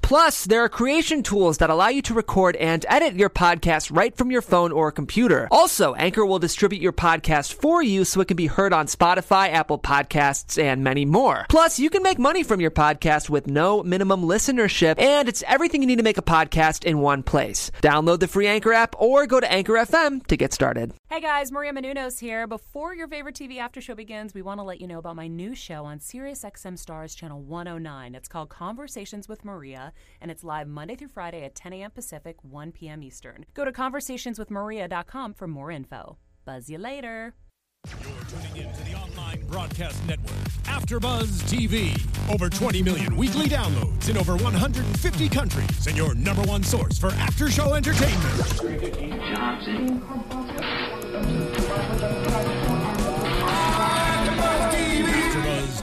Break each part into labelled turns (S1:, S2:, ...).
S1: Plus, there are creation tools that allow you to record and edit your podcast right from your phone or computer. Also, Anchor will distribute your podcast for you so it can be heard on Spotify, Apple Podcasts, and many more. Plus, you can make money from your podcast with no minimum listenership, and it's everything you need to make a podcast in one place. Download the free Anchor app or go to Anchor FM to get started.
S2: Hey guys, Maria Menounos here. Before your favorite TV after show begins, we want to let you know about my new show on SiriusXM Stars Channel 109. It's called Conversations with Maria, and it's live Monday through Friday at 10 a.m. Pacific, 1 p.m. Eastern. Go to conversationswithmaria.com for more info. Buzz you later.
S3: You're tuning into the online broadcast network, AfterBuzz TV. Over 20 million weekly downloads in over 150 countries, and your number one source for after-show entertainment.
S4: Johnson.
S3: AfterBuzz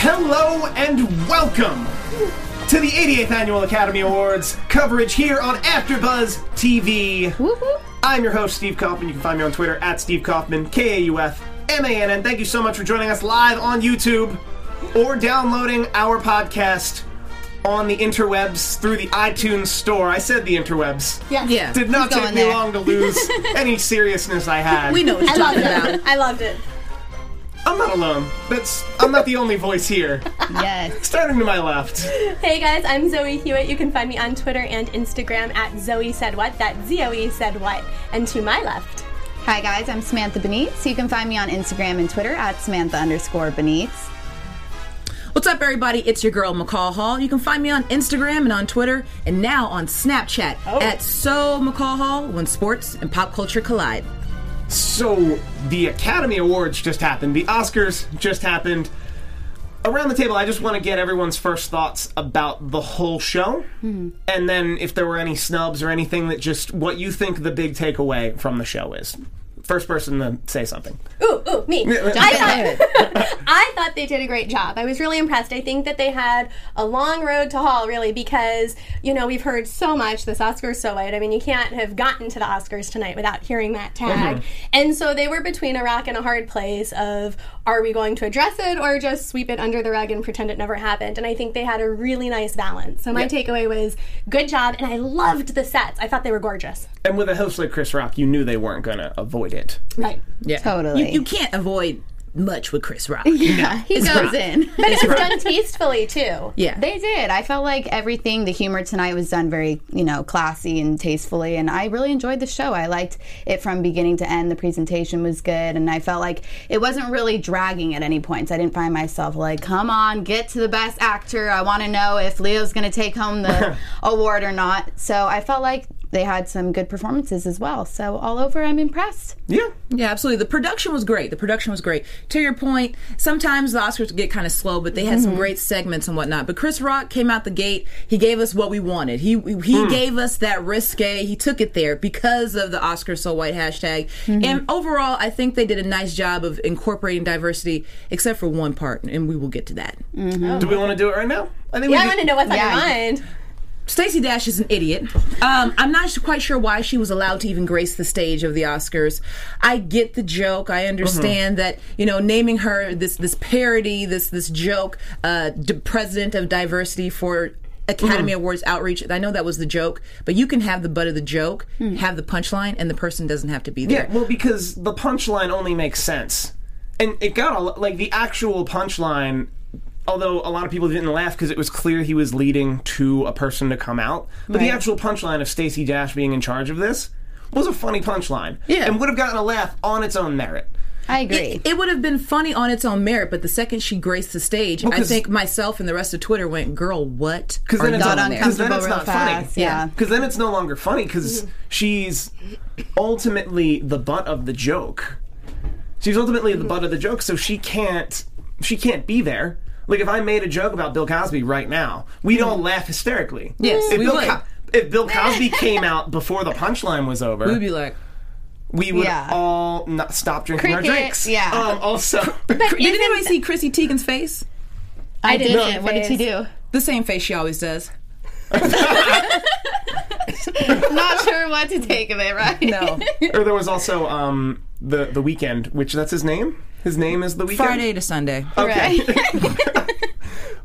S5: Hello and welcome to the 88th Annual Academy Awards coverage here on AfterBuzz TV. I'm your host, Steve Kaufman. You can find me on Twitter at Steve Kaufman, K-A-U-F, M-A-N-N. Thank you so much for joining us live on YouTube or downloading our podcast on the interwebs through the iTunes store. I said the interwebs.
S6: Yeah. yeah.
S5: Did not
S6: Keep
S5: take
S6: going
S5: me
S6: there.
S5: long to lose any seriousness I had.
S6: We know what
S7: I
S6: you're
S7: loved
S6: talking
S7: it.
S6: about.
S7: I loved it.
S5: I'm not alone. That's I'm not the only voice here.
S6: Yes.
S5: Starting to my left.
S7: Hey guys, I'm Zoe Hewitt. You can find me on Twitter and Instagram at Zoe Said What. That's Z-O-E Said What. And to my left,
S6: Hi guys, I'm Samantha Benitez. You can find me on Instagram and Twitter at Samantha underscore Benitez.
S8: What's up, everybody? It's your girl, McCall Hall. You can find me on Instagram and on Twitter, and now on Snapchat at So McCall Hall when sports and pop culture collide.
S5: So the Academy Awards just happened. The Oscars just happened. Around the table, I just want to get everyone's first thoughts about the whole show,
S7: Mm-hmm.
S5: and then if there were any snubs or anything that just what you think the big takeaway from the show is. First person to say something.
S7: ooh, ooh, me. I thought, I thought they did a great job. I was really impressed. I think that they had a long road to haul, really, because, you know, we've heard so much this Oscars so late. I mean, you can't have gotten to the Oscars tonight without hearing that tag. And so they were between a rock and a hard place of are we going to address it or just sweep it under the rug and pretend it never happened? And I think they had a really nice balance. So my takeaway was good job, and I loved the sets. I thought they were gorgeous.
S5: And with a host like Chris Rock, you knew they weren't going to avoid it.
S7: Right.
S6: Totally.
S8: You can't avoid much with Chris Rock.
S6: yeah, he goes in.
S7: But it was done tastefully, too.
S8: Yeah.
S6: They did. I felt like everything, the humor tonight was done very, you know, classy and tastefully. And I really enjoyed the show. I liked it from beginning to end. The presentation was good. And I felt like it wasn't really dragging at any points. I didn't find myself like, come on, get to the best actor. I want to know if Leo's going to take home the award or not. So I felt like they had some good performances as well. So all over, I'm impressed.
S5: Yeah.
S8: Yeah, absolutely. The production was great. The production was great. To your point, sometimes the Oscars get kind of slow, but they had some great segments and whatnot. But Chris Rock came out the gate. He gave us what we wanted. He he gave us that risque. He took it there because of the Oscars so white hashtag. And overall, I think they did a nice job of incorporating diversity, except for one part, and we will get to that.
S5: Do we want to do it right now? I think
S7: Yeah, I
S5: we
S7: want to
S5: could-
S7: know what's
S6: Yeah.
S7: on your mind.
S8: Stacey Dash is an idiot. Um, I'm not quite sure why she was allowed to even grace the stage of the Oscars. I get the joke. I
S5: Mm-hmm.
S8: understand that you know naming her this this parody, this this joke, uh, d- president of diversity for. Academy
S5: Mm-hmm.
S8: Awards outreach. I know that was the joke, but you can have the butt of the joke, have the punchline, and the person doesn't have to be there.
S5: Hmm. Yeah, well, because the punchline only makes sense, and it got a, lo- like the actual punchline. Although a lot of people didn't laugh because it was clear he was leading to a person to come out, but the actual punchline of Stacey Dash being in charge of this was a funny punchline,
S8: Yeah.
S5: and would have gotten a laugh on its own merit.
S6: I agree.
S8: It, it would have been funny on its own merit, but the second she graced the stage, I
S5: 'cause-
S8: think myself and the rest of Twitter went, "Girl, what?"
S5: Because then,
S8: are
S5: it's
S8: you
S6: got
S8: doing
S5: not-
S8: there?"
S5: 'cause then
S6: uncomfortable
S5: it's
S6: real
S5: not
S6: fast,
S5: funny.
S6: yeah. Mm-hmm.
S5: Because then it's no longer funny. Because she's
S6: Mm-hmm.
S5: ultimately the butt of the joke. She's ultimately the butt of the joke, so she can't she can't be there. Like if I made a joke about Bill Cosby right now, we'd
S6: Mm-hmm.
S5: all laugh hysterically.
S8: Yes,
S5: if
S8: we
S5: Bill
S8: would.
S5: if Bill Cosby came out before the punchline was over,
S8: We'd be like,
S5: we would
S6: Yeah.
S5: all not stop drinking our
S6: Cricket,
S5: drinks.
S6: yeah.
S5: Um, also,
S8: did anybody see Chrissy Teigen's face?
S6: I
S7: did
S6: didn't.
S7: that
S6: What did she do?
S8: The same face she always does.
S6: Not sure what to take of it, right?
S8: No,
S5: or there was also um, the the weekend, which that's his name. His name is the weekend.
S8: Friday to Sunday.
S6: Right.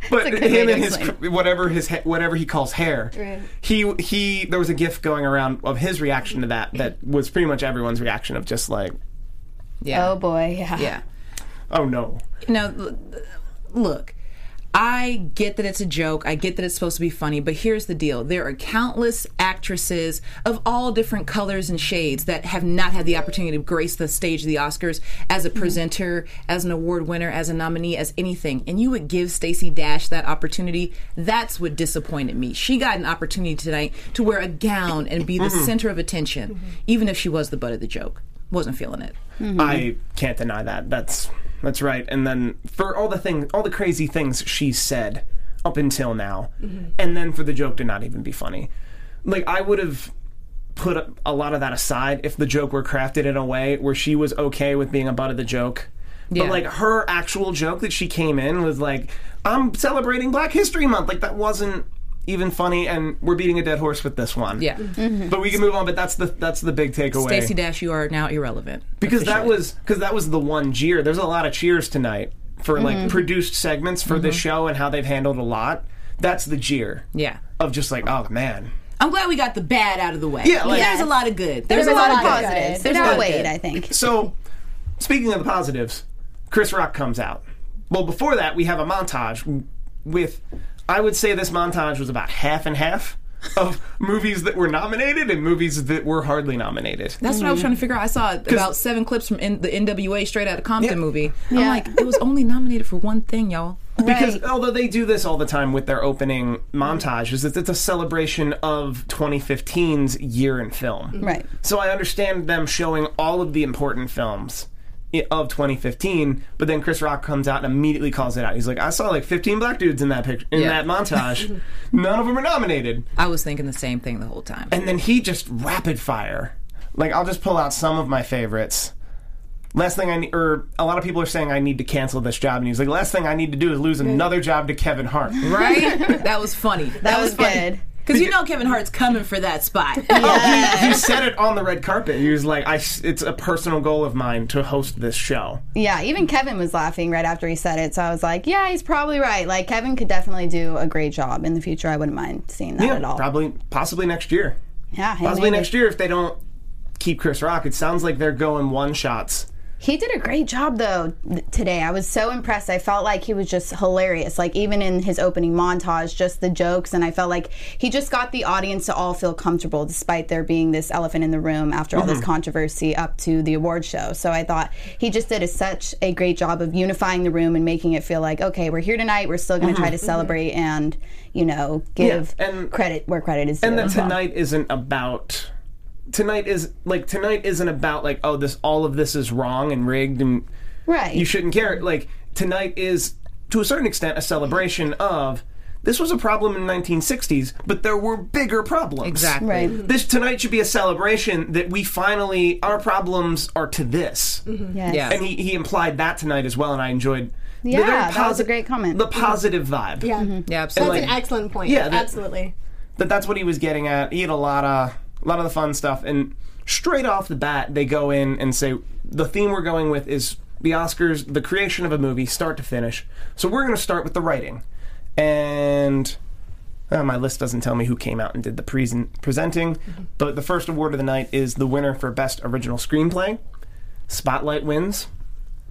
S5: but
S6: That's a good way
S5: him
S6: to
S5: and his
S6: explain.
S5: whatever his ha- whatever he calls hair.
S7: Right.
S5: He he. There was a gif going around of his reaction to that. That was pretty much everyone's reaction of just like,
S8: Yeah.
S6: oh boy. Yeah.
S8: Yeah.
S5: oh no.
S8: Now, l- look, I get that it's a joke. I get that it's supposed to be funny, but here's the deal there are countless actresses of all different colors and shades that have not had the opportunity to grace the stage of the Oscars as a presenter, as an award winner, as a nominee, as anything. And you would give Stacey Dash that opportunity. That's what disappointed me. She got an opportunity tonight to wear a gown and be the center of attention, even if she was the butt of the joke. Wasn't feeling it.
S5: I can't deny that. That's that's right. And then for all the things, all the crazy things she said up until now,
S8: Mm-hmm.
S5: and then for the joke to not even be funny. Like I would have put a- a lot of that aside if the joke were crafted in a way where she was okay with being a butt of the joke.
S8: Yeah.
S5: But like her actual joke that she came in was like, "I'm celebrating Black History Month." Like that wasn't even funny, and we're beating a dead horse with this one.
S8: Yeah. Mm-hmm.
S5: But we can move on. But that's the that's the big takeaway
S8: Stacey Dash, you are now irrelevant.
S5: because that was because that was the one jeer. There's a lot of cheers tonight for like produced segments for this show and how they've handled a lot. That's the jeer.
S8: Yeah.
S5: Of just like, oh man,
S8: I'm glad we got the bad out of the way.
S5: Yeah, like-
S8: there's a lot of good.
S6: There's,
S8: There's,
S6: a lot, of
S8: good.
S6: positives. There's
S8: a lot
S6: no
S8: of
S6: wait,
S8: good.
S6: I think.
S5: So, speaking of the positives, Chris Rock comes out. Well, before that, we have a montage with, I would say this montage was about half and half of movies that were nominated and movies that were hardly nominated.
S8: That's what I was trying to figure out. I saw about seven clips from N- the NWA Straight Outta
S5: Mm-hmm.
S8: Compton
S5: Yeah.
S8: movie. I'm
S6: Yeah.
S8: like, it was only nominated for one thing, y'all.
S5: Because
S6: Right.
S5: although they do this all the time with their opening montages, it's, it's a celebration of 2015's year in film.
S6: Right.
S5: So I understand them showing all of the important films i- of 2015, but then Chris Rock comes out and immediately calls it out. He's like, "I saw like 15 black dudes in that picture in
S8: Yeah.
S5: that montage. None of them are nominated."
S8: I was thinking the same thing the whole time.
S5: And then he just rapid fire. Like I'll just pull out some of my favorites. Last thing I need, or a lot of people are saying I need to cancel this job, and he's like, last thing I need to do is lose another job to Kevin Hart.
S8: Right? that was funny.
S6: That was good.
S8: Because you know Kevin Hart's coming for that spot.
S5: Oh, he, he said it on the red carpet. He was like, I, s- it's a personal goal of mine to host this show.
S6: Yeah, even Kevin was laughing right after he said it. So I was like, yeah, he's probably right. Like, Kevin could definitely do a great job in the future. I wouldn't mind seeing that at all.
S5: Probably, possibly next year.
S6: yeah, him
S5: Possibly
S6: either.
S5: next year if they don't keep Chris Rock. It sounds like they're going one shots.
S6: He did a great job though th- today. I was so impressed. I felt like he was just hilarious. Like even in his opening montage, just the jokes, and I felt like he just got the audience to all feel comfortable, despite there being this elephant in the room after all this
S5: Mm-hmm.
S6: controversy up to the award show. So I thought he just did a, such a great job of unifying the room and making it feel like okay, we're here tonight. We're still going to try to celebrate and you know give
S5: Mm-hmm. Yeah, and-
S6: credit where credit is due.
S5: And that
S6: as well.
S5: tonight isn't about. Tonight is like tonight isn't about like oh this all of this is wrong and rigged and
S6: right?
S5: you shouldn't care. Like tonight is to a certain extent a celebration of this was a problem in 1960s, but there were bigger problems.
S8: Exactly.
S6: Right.
S5: This tonight should be a celebration that we finally our problems are to this.
S6: Yes.
S8: Yeah.
S5: And he, he implied that tonight as well, and I enjoyed. the
S6: Yeah,
S5: very
S6: that was a
S5: posi-
S6: great comment.
S5: The positive vibe.
S7: Yeah.
S8: Yeah, absolutely.
S5: like-
S7: That's an excellent point.
S5: Yeah, that-
S7: absolutely.
S5: That that's what he was getting at. He had a lot of a lot of the fun stuff, and straight off the bat, they go in and say the theme we're going with is the Oscars, the creation of a movie, start to finish. So we're going to start with the writing, and. Uh, my list doesn't tell me who came out and did the presen- presenting, but the first award of the night is the winner for best original screenplay. Spotlight wins.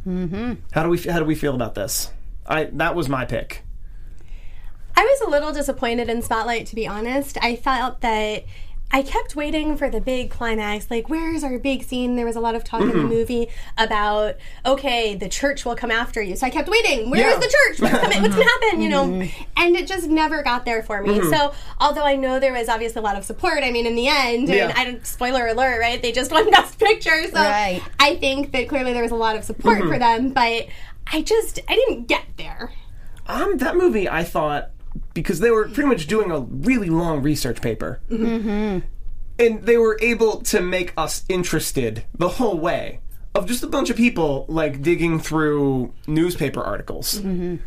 S5: Mm-hmm. How do we f- how do we feel about this? I that was my pick.
S7: I was a little disappointed in Spotlight, to be honest. I felt that I kept waiting for the big climax. Like, where's our big scene? There was a lot of talk in
S5: Mm-hmm.
S7: the movie about, okay, the church will come after you. So I kept waiting. Where's
S5: Yeah. Mm-hmm.
S7: the church? What's, coming- what's going to happen? You know? And it just never got there for me. So, although I know there was obviously a lot of support, I mean, in the end,
S5: Yeah.
S7: and I don't, spoiler alert, right? They just won Best Picture. So
S6: Right.
S5: Mm-hmm.
S7: I think that clearly there was a lot of support for them, but I just I didn't get there.
S5: Um, that movie, I thought, because they were pretty much doing a really long research paper. Mm-hmm. And they were able to make us interested the whole way of just a bunch of people, like, digging through newspaper articles and,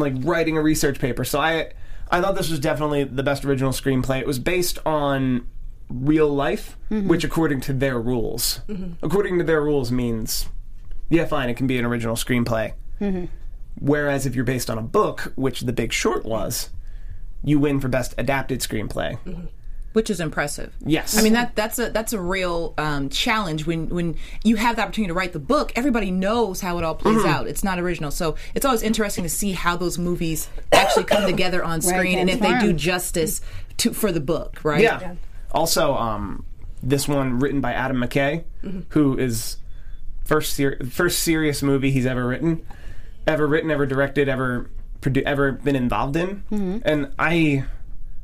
S5: like, writing a research paper. So I, I thought this was definitely the best original screenplay. It was based on real life, which, according to their rules, according to their rules means, yeah, fine, it can be an original screenplay. Whereas if you're based on a book, which The Big Short was, you win for best adapted screenplay.
S8: which is impressive.
S5: Yes.
S8: Mm-hmm. I mean that that's a that's a real um, challenge when when you have the opportunity to write the book. Everybody knows how it all plays
S5: Mm-hmm.
S8: out. It's not original, so it's always interesting to see how those movies actually come together on screen and if they do
S6: transformed.
S8: justice to for the book, right?
S5: Yeah. Also, um, this one written by Adam McKay,
S8: Mm-hmm.
S5: who is first ser- first serious movie he's ever written, ever written, ever directed, ever produ- ever been involved in. And I,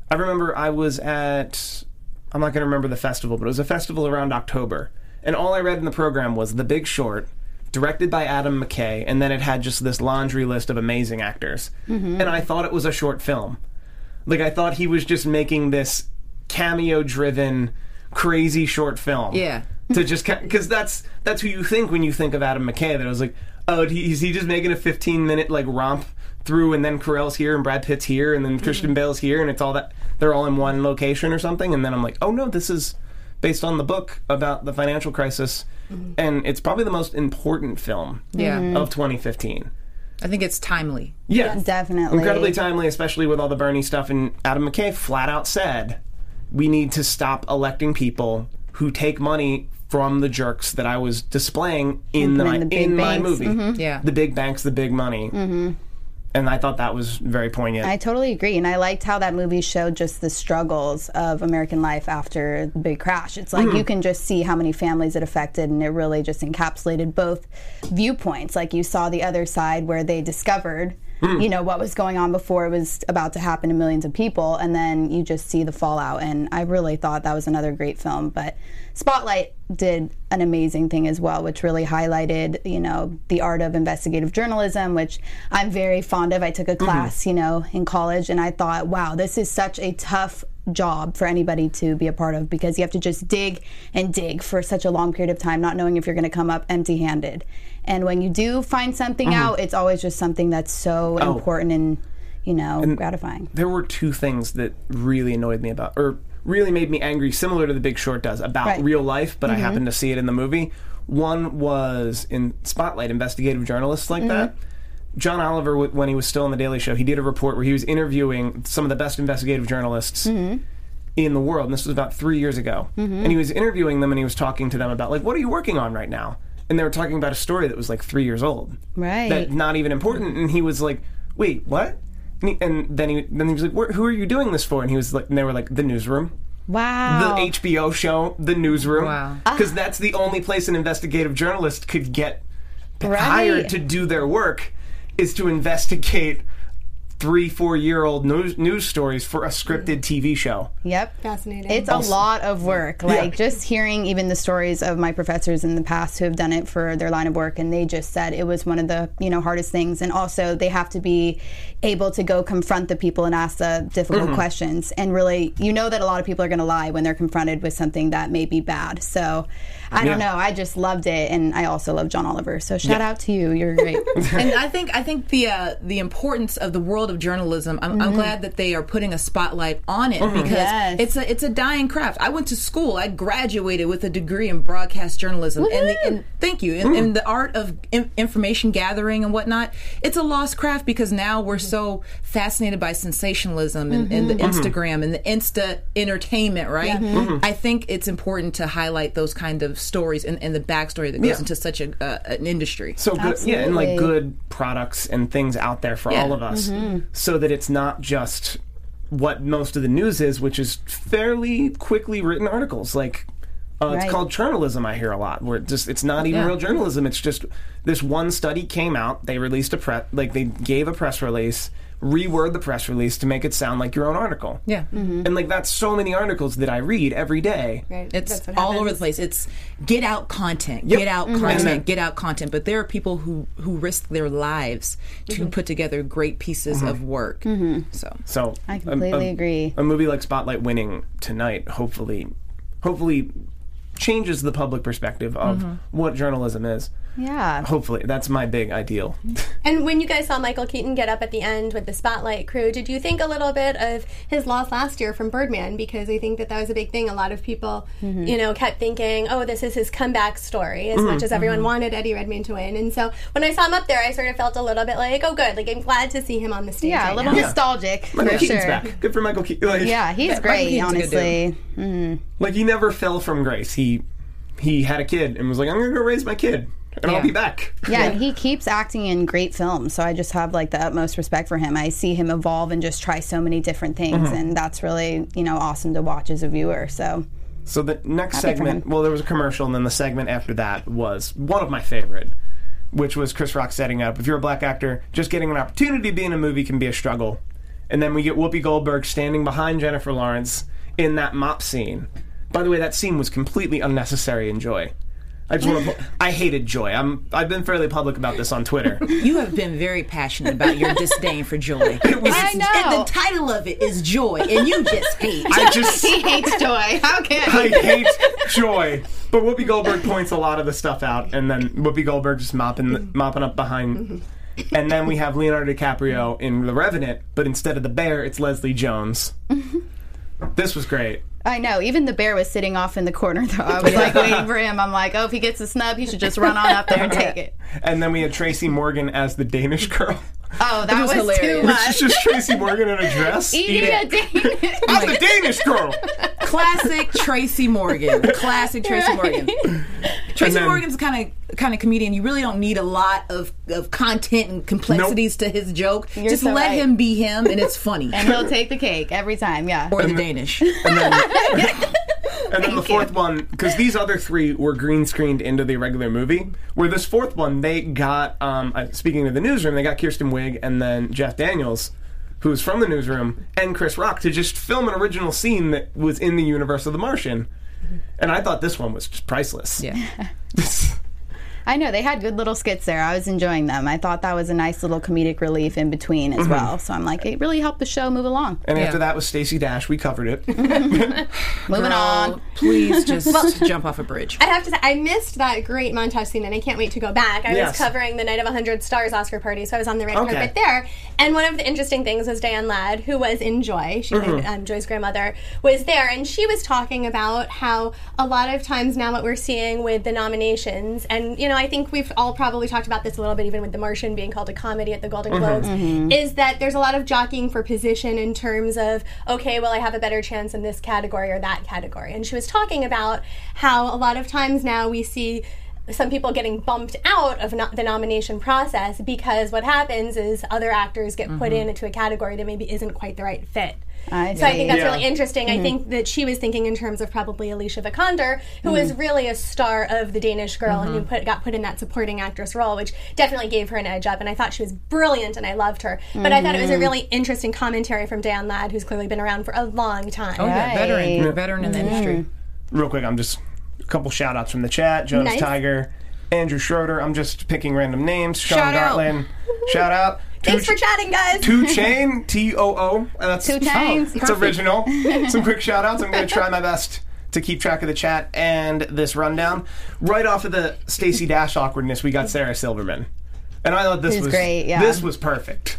S5: I remember I was at, I'm not going to remember the festival, but it was a festival around October, and all I read in the program was The Big Short. Directed by Adam McKay, and then it had just this laundry list of amazing actors. And I thought it was a short film. Like I thought he was just making this cameo driven crazy short film.
S8: Yeah.
S5: To just because that's that's who you think when you think of Adam McKay. That I was like, oh, he- is he just making a 15 minute like romp through, and then Carell's here, and Brad Pitt's here, and then Christian Bale's here, and it's all that they're all in one location or something. And then I'm like, oh no, this is based on the book about the financial crisis, and it's probably the most important film
S8: Yeah.
S5: of 2015.
S8: I think it's timely.
S5: Yeah,
S6: Definitely.
S5: incredibly timely, especially with all the Bernie stuff. And Adam McKay flat out said, "We need to stop electing people who take money from the jerks that I was displaying in the,
S6: Mm-hmm. in the big
S5: in my
S6: banks. Mm-hmm.
S5: movie.
S8: Yeah.
S5: The big banks, the big money." And I thought that was very poignant.
S6: I totally agree, and I liked how that movie showed just the struggles of American life after the big crash. It's like you can just see how many families it affected, and it really just encapsulated both viewpoints. Like you saw the other side where they discovered, you know, what was going on before it was about to happen to millions of people, and then you just see the fallout. And I really thought that was another great film, but Spotlight did an amazing thing as well, which really highlighted, you know, the art of investigative journalism, which I'm very fond of. I took a class, you know, in college and I thought, wow, this is such a tough job for anybody to be a part of because you have to just dig and dig for such a long period of time, not knowing if you're going to come up empty handed. And when you do find something out, it's always just something that's so important and, you know, gratifying.
S5: there were two things that really annoyed me about, or really made me angry, similar to The Big Short does, about
S6: Right.
S5: real life, but I happened to see it in the movie. One was in Spotlight, investigative journalists like that. John Oliver, w- when he was still on The Daily Show, he did a report where he was interviewing some of the best investigative journalists in the world. And this was about three years ago. And he was interviewing them and he was talking to them about, like, what are you working on right now? And they were talking about a story that was like three years old
S6: Right.
S5: that not even important. And he was like, wait, what? And, he, and then he then he was like, "Where- who are you doing this for? And he was like, and they were like, the newsroom.
S6: Wow.
S5: The HBO show, The Newsroom.
S8: Wow.
S5: Because that's the only place an investigative journalist could get hired to do their work is to investigate three, four year old news, news stories for a scripted TV show.
S6: Yep.
S7: Fascinating.
S6: It's a lot of work. Like just hearing even the stories of my professors in the past who have done it for their line of work and they just said it was one of the, you know, hardest things and also they have to be able to go confront the people and ask the difficult questions and really you know that a lot of people are going to lie when they're confronted with something that may be bad. So I don't
S5: Yeah.
S6: know. I just loved it and I also love John Oliver. So shout out to you. You're great.
S8: and I think I think the uh, the importance of the world of journalism. I'm, I'm glad that they are putting a spotlight on it because
S6: Yes.
S8: it's a it's a dying craft. I went to school. I graduated with a degree in broadcast journalism, and, the, and thank you. And, and the art of in, information gathering and whatnot. It's a lost craft because now we're so fascinated by sensationalism and, and the Instagram and the Insta entertainment. Right. I think it's important to highlight those kind of stories and, and the backstory that goes
S5: Yeah.
S8: into such a uh, an industry.
S5: So good, yeah, and like
S6: Absolutely.
S5: good products and things out there for
S8: Yeah.
S5: all of us, so that it's not just what most of the news is, which is fairly quickly written articles. Like Uh, It's
S6: Right.
S5: called journalism. I hear a lot where it just it's not even
S8: Yeah.
S5: real journalism. It's just this one study came out. They released a press like they gave a press release, reword the press release to make it sound like your own article.
S8: Yeah.
S5: and like that's so many articles that I read every day.
S7: Right.
S8: It's
S7: That's what
S8: all
S7: happens.
S8: over the place. It's get out content, get out content, get out content. But there are people who who risk their lives to put together great pieces of work. So
S5: So
S6: I completely
S5: a, a,
S6: agree.
S5: A movie like Spotlight winning tonight, hopefully, hopefully changes the public perspective of what journalism is.
S6: Mm-hmm. Yeah.
S5: Hopefully, that's my big ideal.
S7: And when you guys saw Michael Keaton get up at the end with the spotlight crew, did you think a little bit of his loss last year from Birdman? Because I think that that was a big thing. A lot of people,
S6: Mm-hmm.
S7: you know, kept thinking, "Oh, this is his comeback story." As much as everyone wanted Eddie Redmayne to win, and so when I saw him up there, I sort of felt a little bit like, "Oh, good! Like I'm glad to see him on the stage."
S6: Yeah, a
S7: right
S6: little
S7: now.
S6: nostalgic
S5: Michael
S6: for
S5: Keaton's
S6: sure.
S5: back. Good for Michael Keaton. Like,
S6: Yeah, he's great,
S8: Keaton's a good
S6: honestly.
S5: like he never fell from grace. He he had a kid and was like, I'm gonna go raise my kid and I'll
S8: Yeah.
S5: be back.
S6: Yeah, and he keeps acting in great films, so I just have like the utmost respect for him. I see him evolve and just try so many different things, and that's really you know awesome to watch as a viewer. So
S5: So the next
S6: Happy for
S5: segment,
S6: him.
S5: well, there was a commercial, and then the segment after that was one of my favorite, which was Chris Rock setting up. If you're a black actor, just getting an opportunity to be in a movie can be a struggle. And then we get Whoopi Goldberg standing behind Jennifer Lawrence in that mop scene. By the way, that scene was completely unnecessary in Joy. I just want to. I hated Joy. I'm. I've been fairly public about this on Twitter.
S8: you have been very passionate about your disdain for joy.
S6: I
S8: And
S6: know.
S8: the title of it is joy, and you just hate.
S5: I just.
S6: he hates Joy. How can
S5: I hate joy. But Whoopi Goldberg points a lot of the stuff out, and then Whoopi Goldberg just mopping mopping up behind. And then we have Leonardo DiCaprio in The Revenant, but instead of the bear, it's Leslie Jones. this was great.
S6: I know. Even the bear was sitting off in the corner, though. I was like waiting for him. I'm like, oh, if he gets a snub, he should just run on up there and take it.
S5: And then we had Tracy Morgan as the Danish girl.
S6: Oh, that was,
S8: was
S6: too
S8: hilarious.
S6: much.
S5: It's just Tracy Morgan in a dress.
S6: Eating a Danish.
S5: I'm the Danish girl.
S8: Classic Tracy Morgan. Classic Tracy Morgan. Tracy
S5: then-
S8: Morgan's kind of kind of comedian. You really don't need a lot of, of content and complexities to his joke. just
S6: so
S8: let
S6: right.
S8: him be him, and it's funny.
S6: and he'll take the cake every time. Yeah.
S8: or the Danish.
S5: And then the fourth one, because these other three were green screened into the regular movie, where this fourth one, they got, um, uh, speaking of the newsroom, they got Kirsten Wig and then Jeff Daniels, who's from the newsroom, and Chris Rock to just film an original scene that was in the universe of The Martian. And I thought this one was just priceless.
S8: Yeah.
S6: I know they had good little skits there. I was enjoying them. I thought that was a nice little comedic relief in between as well. So I'm like, it really helped the show move along.
S5: and after
S8: Yeah.
S5: that was Stacey Dash. We covered it.
S6: Moving on.
S8: Please just jump off a bridge.
S7: I have to say, I missed that great montage scene, and I can't wait to go back. I
S5: Yes.
S7: was covering the Night of 100 Stars Oscar party, so I was on the red
S5: Okay.
S7: carpet there. And one of the interesting things was Diane Ladd, who was in Joy, she played, um, Joy's grandmother, was there, and she was talking about how a lot of times now what we're seeing with the nominations, and you know, I think we've all probably talked about this a little bit, even with The Martian being called a comedy at the Golden Globes, is that there's a lot of jockeying for position in terms of okay, well, I have a better chance in this category or that category, and she was talking about how a lot of times now we see some people getting bumped out of no- the nomination process because what happens is other actors get put
S8: Mm-hmm.
S7: into a category that maybe isn't quite the right fit.
S6: I
S7: So I think that's
S5: Yeah.
S7: really interesting.
S8: Mm-hmm.
S7: I think that she was thinking in terms of probably Alicia Vikander,
S8: Mm-hmm.
S7: who is really a star of The Danish Girl and who put, got put in that supporting actress role, which definitely gave her an edge up. And I thought she was brilliant and I loved her. But I thought it was a
S8: Mm-hmm.
S7: really interesting commentary from Dan Ladd, who's clearly been around for a long time.
S8: Oh yeah, veteran,
S6: Right.
S8: veteran in the industry.
S5: Real quick, I'm just a couple shout outs from the chat Jonas
S7: Nice.
S5: Tiger, Andrew Schroeder. I'm just picking random names. Sean
S8: Shout out.
S5: Gartland. Shout out.
S7: Thanks
S5: Two-
S7: for chatting, guys.
S5: Two Chain, T O O. Uh, That's
S6: Two Chainz,
S5: It's original. Some quick shout outs. I'm going to try my best to keep track of the chat and this rundown. Right off of the Stacey Dash awkwardness, we got Sarah Silverman. And I thought this
S6: Who's
S5: was
S6: great, yeah.
S5: This was perfect.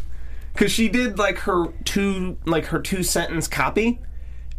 S5: Cuz she did like her two like her two sentence copy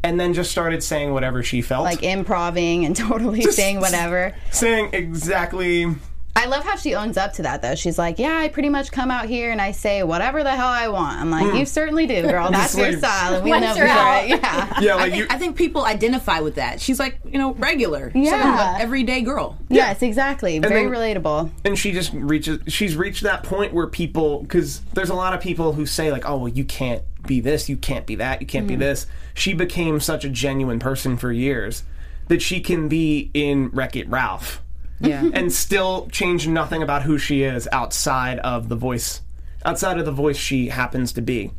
S5: and then just started saying whatever she felt.
S6: Like improving and totally saying whatever.
S5: saying exactly
S6: I love how she owns up to that though. She's like, "Yeah, I pretty much come out here and I say whatever the hell I want." I'm like,
S5: Mm.
S6: "You certainly do, girl. That's your
S5: like-
S6: style, and we
S7: Once
S6: know for
S7: you're
S6: it."
S7: out.
S6: Yeah,
S5: Yeah, like
S8: I
S5: you
S8: think, I think people identify with that. She's like, you know, regular. She's like
S6: Yeah.
S8: an everyday girl.
S6: yes, exactly. Very
S5: then-
S6: relatable.
S5: and she just reaches she's reached that point where people because there's a lot of people who say like oh well you can't be this you can't be that you can't be this she became such a genuine person for years that she can be in Wreck It Ralph
S8: Yeah.
S5: and still change nothing about who she is outside of the voice, outside of the voice she happens to be,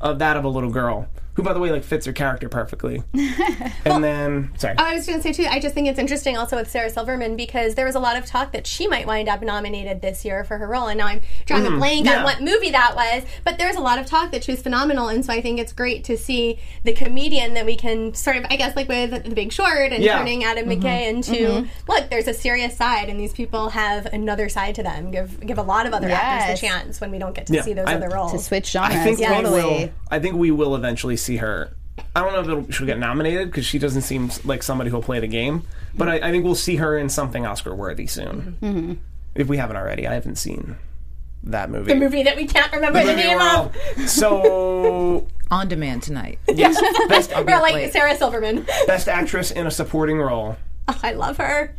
S5: of that of a little girl who, by the way, like fits her character perfectly. and then, sorry,
S7: I was going to say too. I just think it's interesting also with Sarah Silverman because there was a lot of talk that she might wind up nominated this year for her role, and now I'm drawing a blank
S5: Mm, yeah.
S7: on what movie that was. But there was a lot of talk that she was phenomenal, and so I think it's great to see the comedian that we can sort of, I guess, like with The Big Short and
S5: Yeah. Mm-hmm.
S7: turning Adam McKay into look. There's a serious side, and these people have another side to them. Give give a lot of other actors a
S6: Yes.
S7: chance when we don't get to
S5: Yeah,
S7: see those
S5: I-
S7: other
S5: To
S7: roles.
S6: to switch genres.
S5: I think we
S6: totally.
S5: will. I think we will eventually see her. I don't know if it'll, she'll get nominated because she doesn't seem s- like somebody who'll play the game. But I, I think we'll see her in something Oscar worthy soon,
S6: Mm-hmm.
S5: if we haven't already. I haven't seen that movie.
S7: the movie that we can't remember the
S5: Movie
S7: name
S5: we're
S7: of.
S5: all- So
S8: On demand tonight.
S5: yes, best,
S7: We're like
S8: Wait.
S7: Sarah Silverman.
S5: best actress in a supporting role.
S7: Oh, I love her.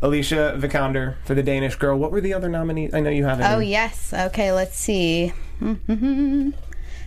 S5: Alicia Vikander for The Danish Girl. What were the other nominees? I know you have it.
S6: Oh yes. Okay, let's see. Mhm.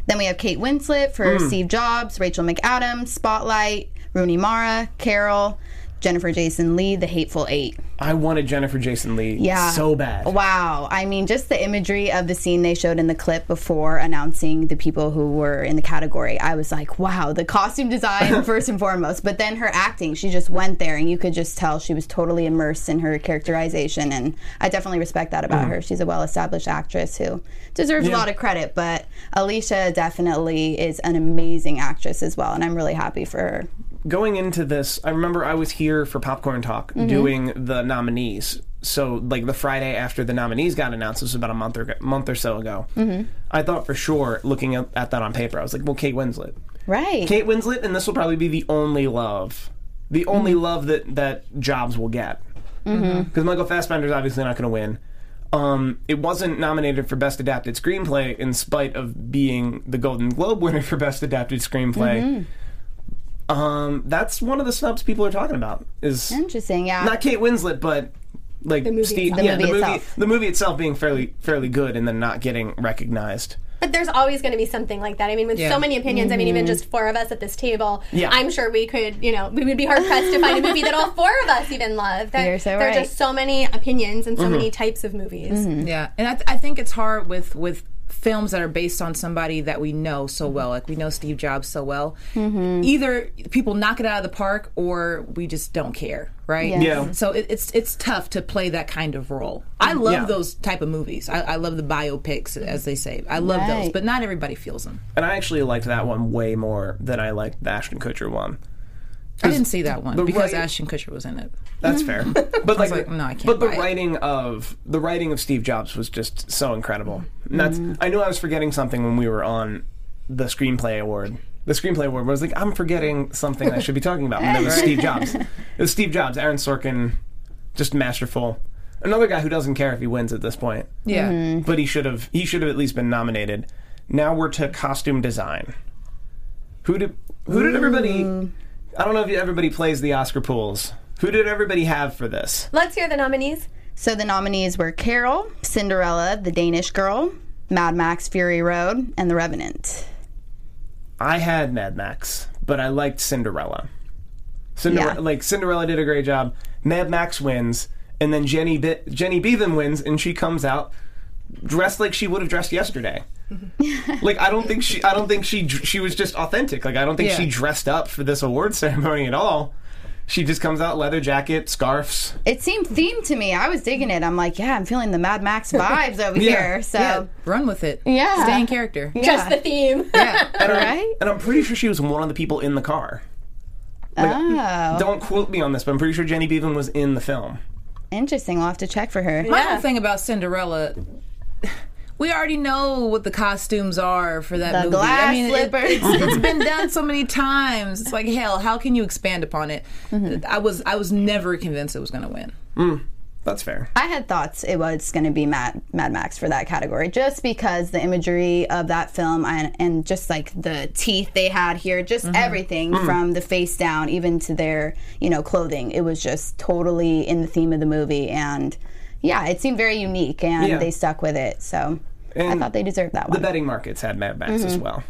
S6: then we have Kate Winslet for
S5: Mm.
S6: Steve Jobs, Rachel McAdams, Spotlight, Rooney Mara, Carol, Jennifer Jason Lee, The Hateful Eight.
S5: I wanted Jennifer Jason Lee
S6: Yeah.
S5: so bad.
S6: Wow. I mean, just the imagery of the scene they showed in the clip before announcing the people who were in the category, I was like, wow, the costume design, first and foremost. But then her acting, she just went there and you could just tell she was totally immersed in her characterization. And I definitely respect that
S5: Mm.
S6: about her. She's a well established actress who deserves a lot of credit. But Alicia definitely is an amazing actress as well. And I'm really happy for her.
S5: going into this, I remember I was here for Popcorn Talk doing the nominees. So, like the Friday after the nominees got announced, this was about a month or month or so ago. Mm-hmm. I thought for sure, looking at, at that on paper, I was like, "Well, Kate Winslet,
S6: Right.
S5: Kate Winslet, and this will probably be the only love, the only
S6: Mm-hmm.
S5: love that that Jobs will get." Because Michael Fassbender's obviously not going to win. Um, it wasn't nominated for Best Adapted Screenplay in spite of being the Golden Globe winner for Best Adapted Screenplay.
S6: Mm-hmm.
S5: Um, that's one of the snubs people are talking about. Is
S6: Interesting. Yeah.
S5: not Kate Winslet, but like the
S7: movie
S5: Steve,
S7: itself.
S5: yeah,
S6: The movie
S5: the movie,
S6: itself.
S5: the movie itself being fairly fairly good and then not getting recognized.
S7: But there's always going to be something like that. I mean, with so many opinions, I mean, even just four of us at this table,
S5: Yeah.
S7: I'm sure we could, you know, we would be hard pressed to find a movie that all four of us even love. There,
S6: You're so
S7: there
S6: right.
S7: are just so many opinions and so many types of movies.
S8: Yeah, and I, th- I think it's hard with with films that are based on somebody that we know so well. Like we know Steve Jobs so well. Either people knock it out of the park, or we just don't care, right?
S5: Yeah. Yeah.
S8: So it, it's it's tough to play that kind of role. I love
S5: Yeah.
S8: those type of movies. I, I love the biopics, as they say. I love those,
S6: Right.
S8: but not everybody feels them.
S5: And I actually liked that one way more than I liked the Ashton Kutcher one.
S8: I didn't see that one because
S5: right-
S8: Ashton Kutcher was in it.
S5: That's fair. But like,
S8: like, no, I can't
S5: but the
S8: buy it.
S5: writing of the writing of Steve Jobs was just so incredible. And that's
S8: Mm.
S5: I knew I was forgetting something when we were on the screenplay award. The screenplay award I was like, I'm forgetting something I should be talking about. And it was Steve Jobs. It was Steve Jobs, Aaron Sorkin, just masterful. Another guy who doesn't care if he wins at this point.
S8: Yeah.
S6: Mm-hmm.
S5: But he should have he should have at least been nominated. Now we're to costume design. Who did who did everybody I don't know if everybody plays the Oscar pools. Who did everybody have for this?
S7: Let's hear the nominees.
S6: So the nominees were Carol, Cinderella, The Danish Girl, Mad Max Fury Road, and The Revenant.
S5: I had Mad Max, but I liked Cinderella. Cinderella,
S6: Yeah.
S5: like Cinderella did a great job. Mad Max wins, and then Jenny Be- Jenny Beaven wins, and she comes out dressed like she would have dressed yesterday. like I don't think she, I don't think she, dr- she was just authentic. Like I don't think
S8: Yeah.
S5: she dressed up for this award ceremony at all. She just comes out leather jacket, scarves.
S6: It seemed themed to me. I was digging it. I'm like, yeah, I'm feeling the Mad Max vibes over
S5: Yeah.
S6: here. So,
S8: Yeah. Uh, Run with it.
S6: Yeah.
S8: Stay in character. Yeah.
S7: Just the theme.
S5: And I'm-
S6: Right?
S5: And I'm pretty sure she was one of the people in the car. Like,
S6: Oh,
S5: Don't quote me on this, but I'm pretty sure Jenny Beaven was in the film.
S6: interesting. We'll have to check for her.
S8: My whole thing about Cinderella, we already know what the costumes are for that
S6: The
S8: movie.
S6: glass
S8: I mean, it-
S6: slippers.
S8: it's- it's been done so many times. It's like hell. How can you expand upon it?
S6: Mm-hmm.
S8: I was I was never convinced it was going to win.
S5: Mm, That's fair.
S6: I had thoughts it was going to be Mad, Mad Max for that category, just because the imagery of that film and, and just like the teeth they had here, just
S5: Mm-hmm.
S6: everything
S5: Mm.
S6: from the face down, even to their you know clothing, it was just totally in the theme of the movie, and yeah, it seemed very unique, and
S5: Yeah.
S6: they stuck with it. So I
S5: And
S6: thought they deserved that
S5: The
S6: one.
S5: betting markets had Mad Max as well.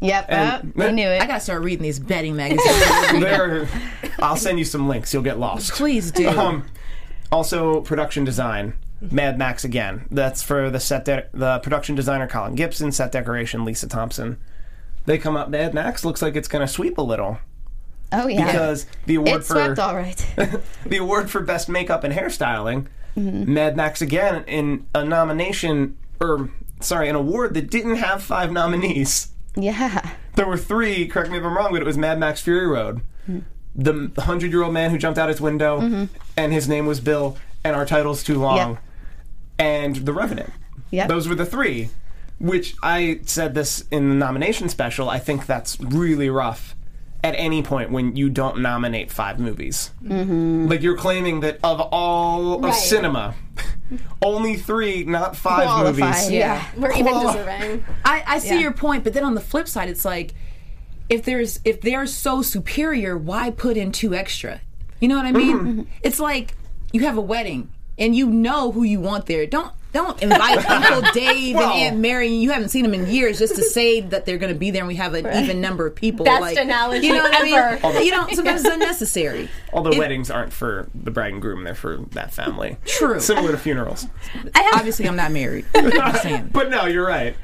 S6: Yep.
S5: And-
S6: oh, I knew it.
S8: I gotta start reading these betting magazines.
S5: There, I'll send you some links. You'll get lost.
S8: Please do.
S5: Um, also, production design. Mad Max again. That's for the set. De- the production designer Colin Gibson, set decoration Lisa Thompson. They come up. Mad Max looks like it's going to sweep a little
S6: oh yeah.
S5: because the award
S6: it
S5: for
S6: swept all right.
S5: the award for best makeup and hairstyling, Mad Max again in a nomination or sorry, an award that didn't have five nominees.
S6: yeah.
S5: There were three. Correct me if I'm wrong, but it was Mad Max Fury Road, the hundred-year-old man who jumped out his window, and his name was Bill, and our title's too long, and The Revenant.
S6: Yep.
S5: Those were the three. Which I said this in the nomination special. I think that's really rough at any point when you don't nominate five movies. Like you're claiming that of all of
S7: Right.
S5: cinema, only three, not five
S6: Qualified.
S5: movies.
S6: Yeah.
S7: We're even
S5: Qual-
S7: deserving.
S8: I, I see your point, but then on the flip side, it's like if there's if they're so superior, why put in two extra? You know what I mean? Mm-hmm. It's like you have a wedding and you know who you want there. Don't don't invite Uncle Dave
S5: Well-
S8: and Aunt Mary and you haven't seen them in years just to say that they're going to be there and we have an even number of people.
S7: Best
S8: like,
S7: analogy
S8: you know what
S7: ever.
S8: I mean? You know, sometimes it's unnecessary.
S5: Although weddings aren't for the bride and groom, they're for that family.
S8: True.
S5: Similar to funerals.
S7: I have
S8: Obviously, I'm not married. I'm just saying.
S5: But no, you're right.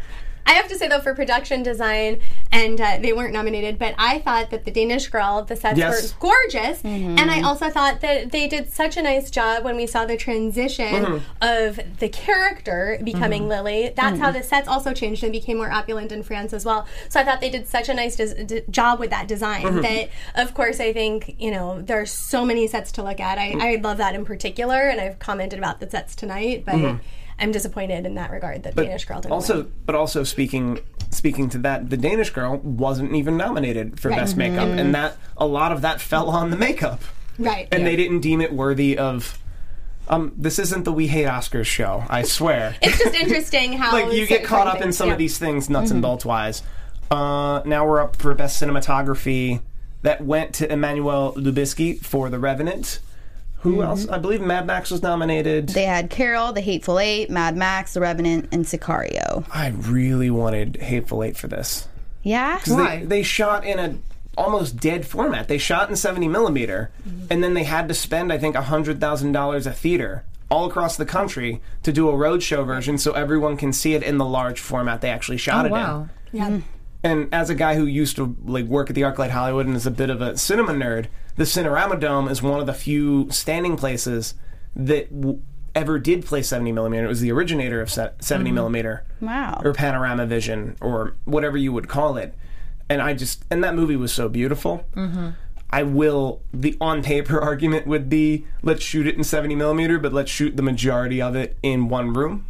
S7: I have to say though, for production design, and uh, they weren't nominated, but I thought that the Danish Girl, the sets
S5: Yes.
S7: were gorgeous, and I also thought that they did such a nice job when we saw the transition
S5: Mm-hmm.
S7: of the character becoming Lily. That's how the sets also changed and became more opulent in France as well. So I thought they did such a nice des- d- job with that design.
S5: Mm-hmm.
S7: That, of course, I think you know there are so many sets to look at. I,
S5: Mm-hmm.
S7: I love that in particular, and I've commented about the sets tonight, but. I'm disappointed in that regard that Danish Girl didn't win.
S5: Mm-hmm. Also, but also speaking speaking to that, the Danish girl wasn't even nominated for
S7: Right. Mm-hmm.
S5: best makeup, and that a lot of that fell on the makeup,
S7: Right.
S5: and they didn't deem it worthy of. Um, this isn't the We Hate Oscars show. I swear.
S7: it's just interesting how
S5: like you get
S7: certain
S5: caught up
S7: things-
S5: in some
S7: yeah.
S5: of these things nuts and bolts wise uh, now we're up for best cinematography that went to Emmanuel Lubisky for The Revenant who else I believe Mad Max was nominated
S6: They had Carol, The Hateful Eight, Mad Max, The Revenant, and Sicario.
S5: I really wanted Hateful Eight for this
S6: Yeah.
S5: 'Cause
S8: Why?
S5: They, they shot in a almost dead format they shot in 70 millimeter and then they had to spend I think $100,000 a theater all across the country to do a roadshow version so everyone can see it in the large format they actually shot it in
S8: Oh, Wow.
S5: and as a guy who used to like work at the ArcLight Hollywood and is a bit of a cinema nerd, the Cinerama Dome is one of the few standing places that w- ever did play 70 millimeter. It was the originator of se- 70 millimeter,
S6: Wow.
S5: or Panorama Vision, or whatever you would call it. And I just and that movie was so beautiful. Mm-hmm. I will the on paper argument would be let's shoot it in 70 millimeter, but let's shoot the majority of it in one room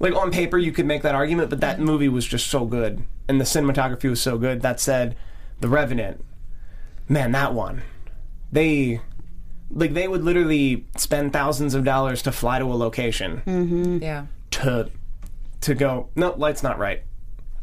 S5: like on paper you could make that argument but that movie was just so good and the cinematography was so good that said the revenant man that one they like they would literally spend thousands of dollars to fly to a location
S8: Yeah.
S5: to to go no light's not right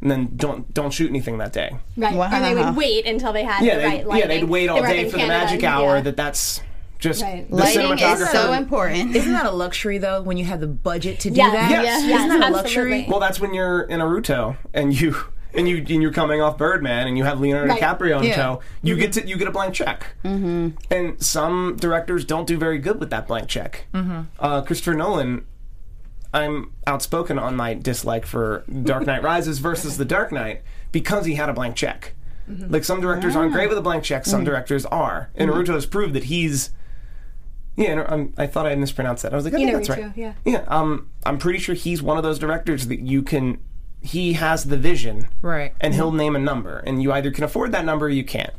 S5: and then don't don't shoot anything that day
S7: right, and they
S6: Wow.
S7: would wait until they had
S5: yeah
S7: the
S5: they,
S7: right
S5: yeah
S7: lighting.
S5: they'd wait all
S7: They were up
S5: day
S7: in
S5: for
S7: Canada,
S5: the magic
S7: yeah.
S5: hour that that's just
S7: Right.
S5: the
S6: Lighting
S5: cinematographer
S6: is so important.
S8: Isn't that a luxury though when you have the budget to do
S7: Yeah.
S8: that?
S5: Yes.
S7: Yeah.
S8: Isn't that a luxury?
S7: Absolutely.
S5: Well, that's when you're in Aruto and you and you and you're coming off Birdman and you have Leonardo
S7: Right.
S5: DiCaprio in
S8: Yeah.
S5: tow. You get to you get a blank check, mm-hmm. and some directors don't do very good with that blank check. Mm-hmm. Uh, Christopher Nolan. I'm outspoken on my dislike for Dark Knight Rises versus The Dark Knight because he had a blank check. Like some directors aren't great with a blank check, some directors are. And Naruto has proved that he's. Yeah, no, I'm, I thought I mispronounced that. I was like, I think that's
S7: Naruto,
S5: right.
S7: yeah.
S5: Yeah, um, I'm pretty sure he's one of those directors that you can. He has the vision,
S8: Right.
S5: and he'll name a number, and you either can afford that number or you can't.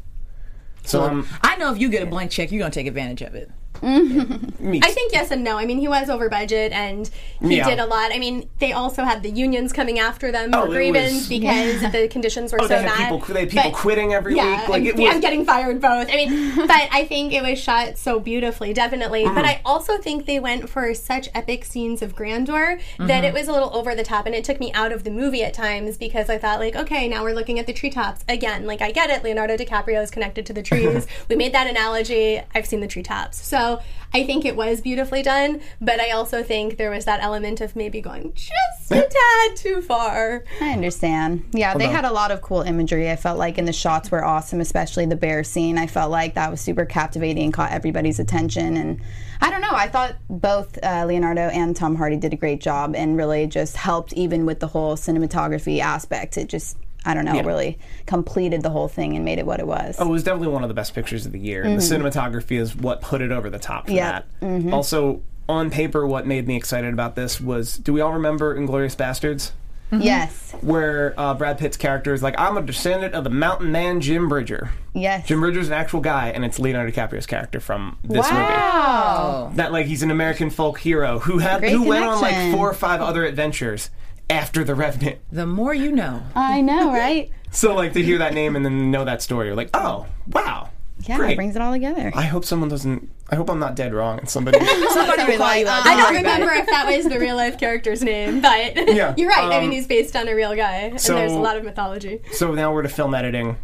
S5: So um,
S8: I know if you get a blank check, you're gonna take advantage of it.
S5: me.
S7: I think yes and no. I mean, he was over budget, and he
S5: Yeah.
S7: did a lot. I mean, they also had the unions coming after them
S5: Oh,
S7: for
S5: it was-
S7: grievance because the conditions were
S5: Oh,
S7: so
S5: they had
S7: bad.
S5: people, they had people
S7: But-
S5: quitting every
S7: yeah,
S5: week. Like
S7: I'm,
S5: it was,
S7: I'm getting fired both. I mean, but I think it was shot so beautifully, definitely. But I also think they went for such epic scenes of grandeur that it was a little over the top, and it took me out of the movie at times because I thought, like, okay, now we're looking at the treetops again. Like, I get it. Leonardo DiCaprio is connected to the trees. we made that analogy. I've seen the treetops, so So I think it was beautifully done, but I also think there was that element of maybe going just a tad too far.
S6: I understand. Yeah, they had a lot of cool imagery. I felt like, and the shots were awesome, especially the bear scene. I felt like that was super captivating and caught everybody's attention. And I don't know, I thought both uh, Leonardo and Tom Hardy did a great job and really just helped, even with the whole cinematography aspect. It just, I don't know, really completed the whole thing and made it what it was.
S5: Oh, It was definitely one of the best pictures of the year. And the
S7: Mm-hmm.
S5: cinematography is what put it over the top for
S6: Yeah.
S5: that. Also, on paper, what made me excited about this was do we all remember Inglorious Bastards?
S6: Mm-hmm. Yes,
S5: Where uh, Brad Pitt's character is like, I'm a descendant of the mountain man Jim Bridger.
S6: yes.
S5: Jim Bridger's an actual guy, and it's Leonardo DiCaprio's character from this movie.
S6: Ah.
S8: Oh.
S6: wow.
S5: That like he's an American folk hero who had
S6: Great
S5: who went on like
S6: connection.
S5: four or five other adventures after the Revenant.
S8: The more you know.
S6: I know, right?
S5: So like to hear that name and then know that story, you're like, oh wow,
S6: Yeah,
S5: great.
S6: it brings it all together.
S5: I hope someone doesn't. I hope I'm not dead wrong and somebody.
S6: Somebody will call you out.
S7: I don't remember if that was the real life character's name, but
S5: Um, Yeah,
S7: you're right. I
S5: um,
S7: mean, he's based on a real guy,
S5: so-
S7: and there's a lot of mythology.
S5: so now we're to film editing.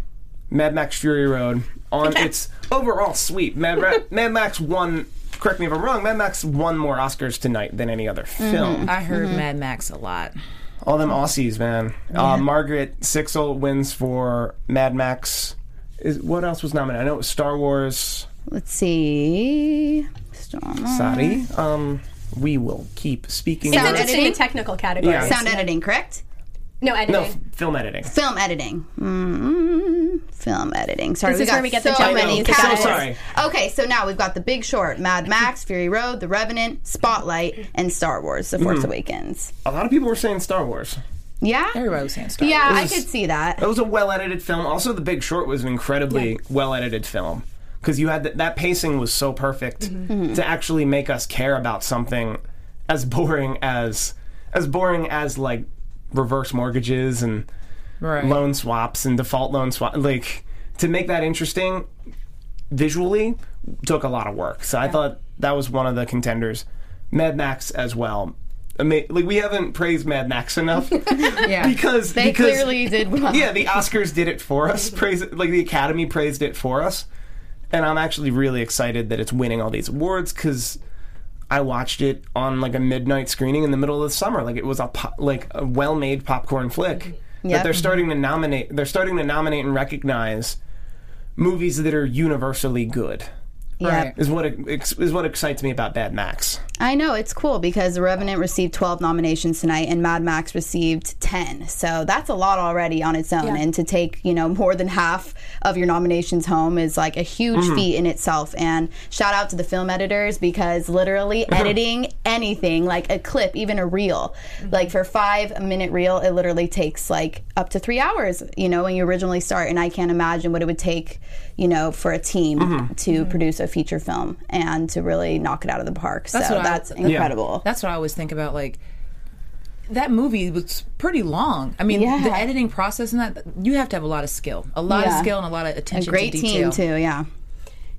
S5: Mad Max Fury Road on its overall sweep. Mad, Ra- Mad Max won. Correct me if I'm wrong. Mad Max won more Oscars tonight than any other
S6: Mm-hmm.
S5: film.
S8: I heard Mad Max a lot.
S5: All them Aussies, man. Uh, Margaret Sixel wins for Mad Max. Is, what else was nominated? I know it was Star Wars.
S6: Let's see. Storm-
S5: Sorry. Um, we will keep speaking.
S7: It's
S6: Mm. Sound
S5: about-
S7: just in
S6: editing?
S7: the technical category.
S5: Yeah.
S6: Sound editing, correct?
S7: No
S5: no,
S7: editing.
S5: f- film editing.
S6: Film editing. Mm, film editing. Sorry,
S7: This
S6: we
S7: is
S6: got
S7: where we get the
S6: so
S7: Japanese
S6: many
S7: guys.
S6: categories.
S5: So sorry.
S6: Okay, so now we've got The Big Short, Mad Max, Fury Road, The Revenant, Spotlight, and Star Wars: The Force Awakens.
S5: A lot of people were saying Star Wars.
S6: Yeah,
S8: Everybody was saying Star
S6: yeah,
S8: Wars.
S6: I could see that.
S5: It was a well edited film. Also, The Big Short was an incredibly well edited film because you had th- that pacing was so perfect
S6: Mm-hmm.
S5: to actually make us care about something as boring as as boring as like reverse mortgages and
S8: Right.
S5: loan swaps and default loan swap. Like to make that interesting visually took a lot of work. So I thought that was one of the contenders. Mad Max as well. Ama- like we haven't praised Mad Max enough
S8: Yeah.
S5: because
S6: They
S5: because-
S6: clearly did well.
S5: yeah, the Oscars did it for us. Praise like the Academy praised it for us, and I'm actually really excited that it's winning all these awards because I watched it on like a midnight screening in the middle of the summer. Like it was a po- like a well-made popcorn flick. That
S6: Yep.
S5: they're starting to nominate. They're starting to nominate and recognize movies that are universally good.
S6: Yep.
S5: Is what ex- is what excites me about Bad Max.
S6: I know it's cool because The Revenant received 12 nominations tonight and Mad Max received 10. So that's a lot already on its own and to take, you know, more than half of your nominations home is like a huge feat in itself and shout out to the film editors because literally editing anything like a clip, even a reel, like for 5 minute reel it literally takes like up to 3 hours, you know, when you originally start and I can't imagine what it would take, you know, for a team to produce a feature film and to really knock it out of the park. So
S8: That's what I-
S6: that's incredible.
S8: That's what I always think about. Like that movie was pretty long. I mean,
S6: Yeah.
S8: the editing process and that you have to have a lot of skill, a lot of
S6: Yeah.
S8: skill, and a lot of attention.
S6: a great
S8: to
S6: team
S8: detail.
S6: too. Yeah.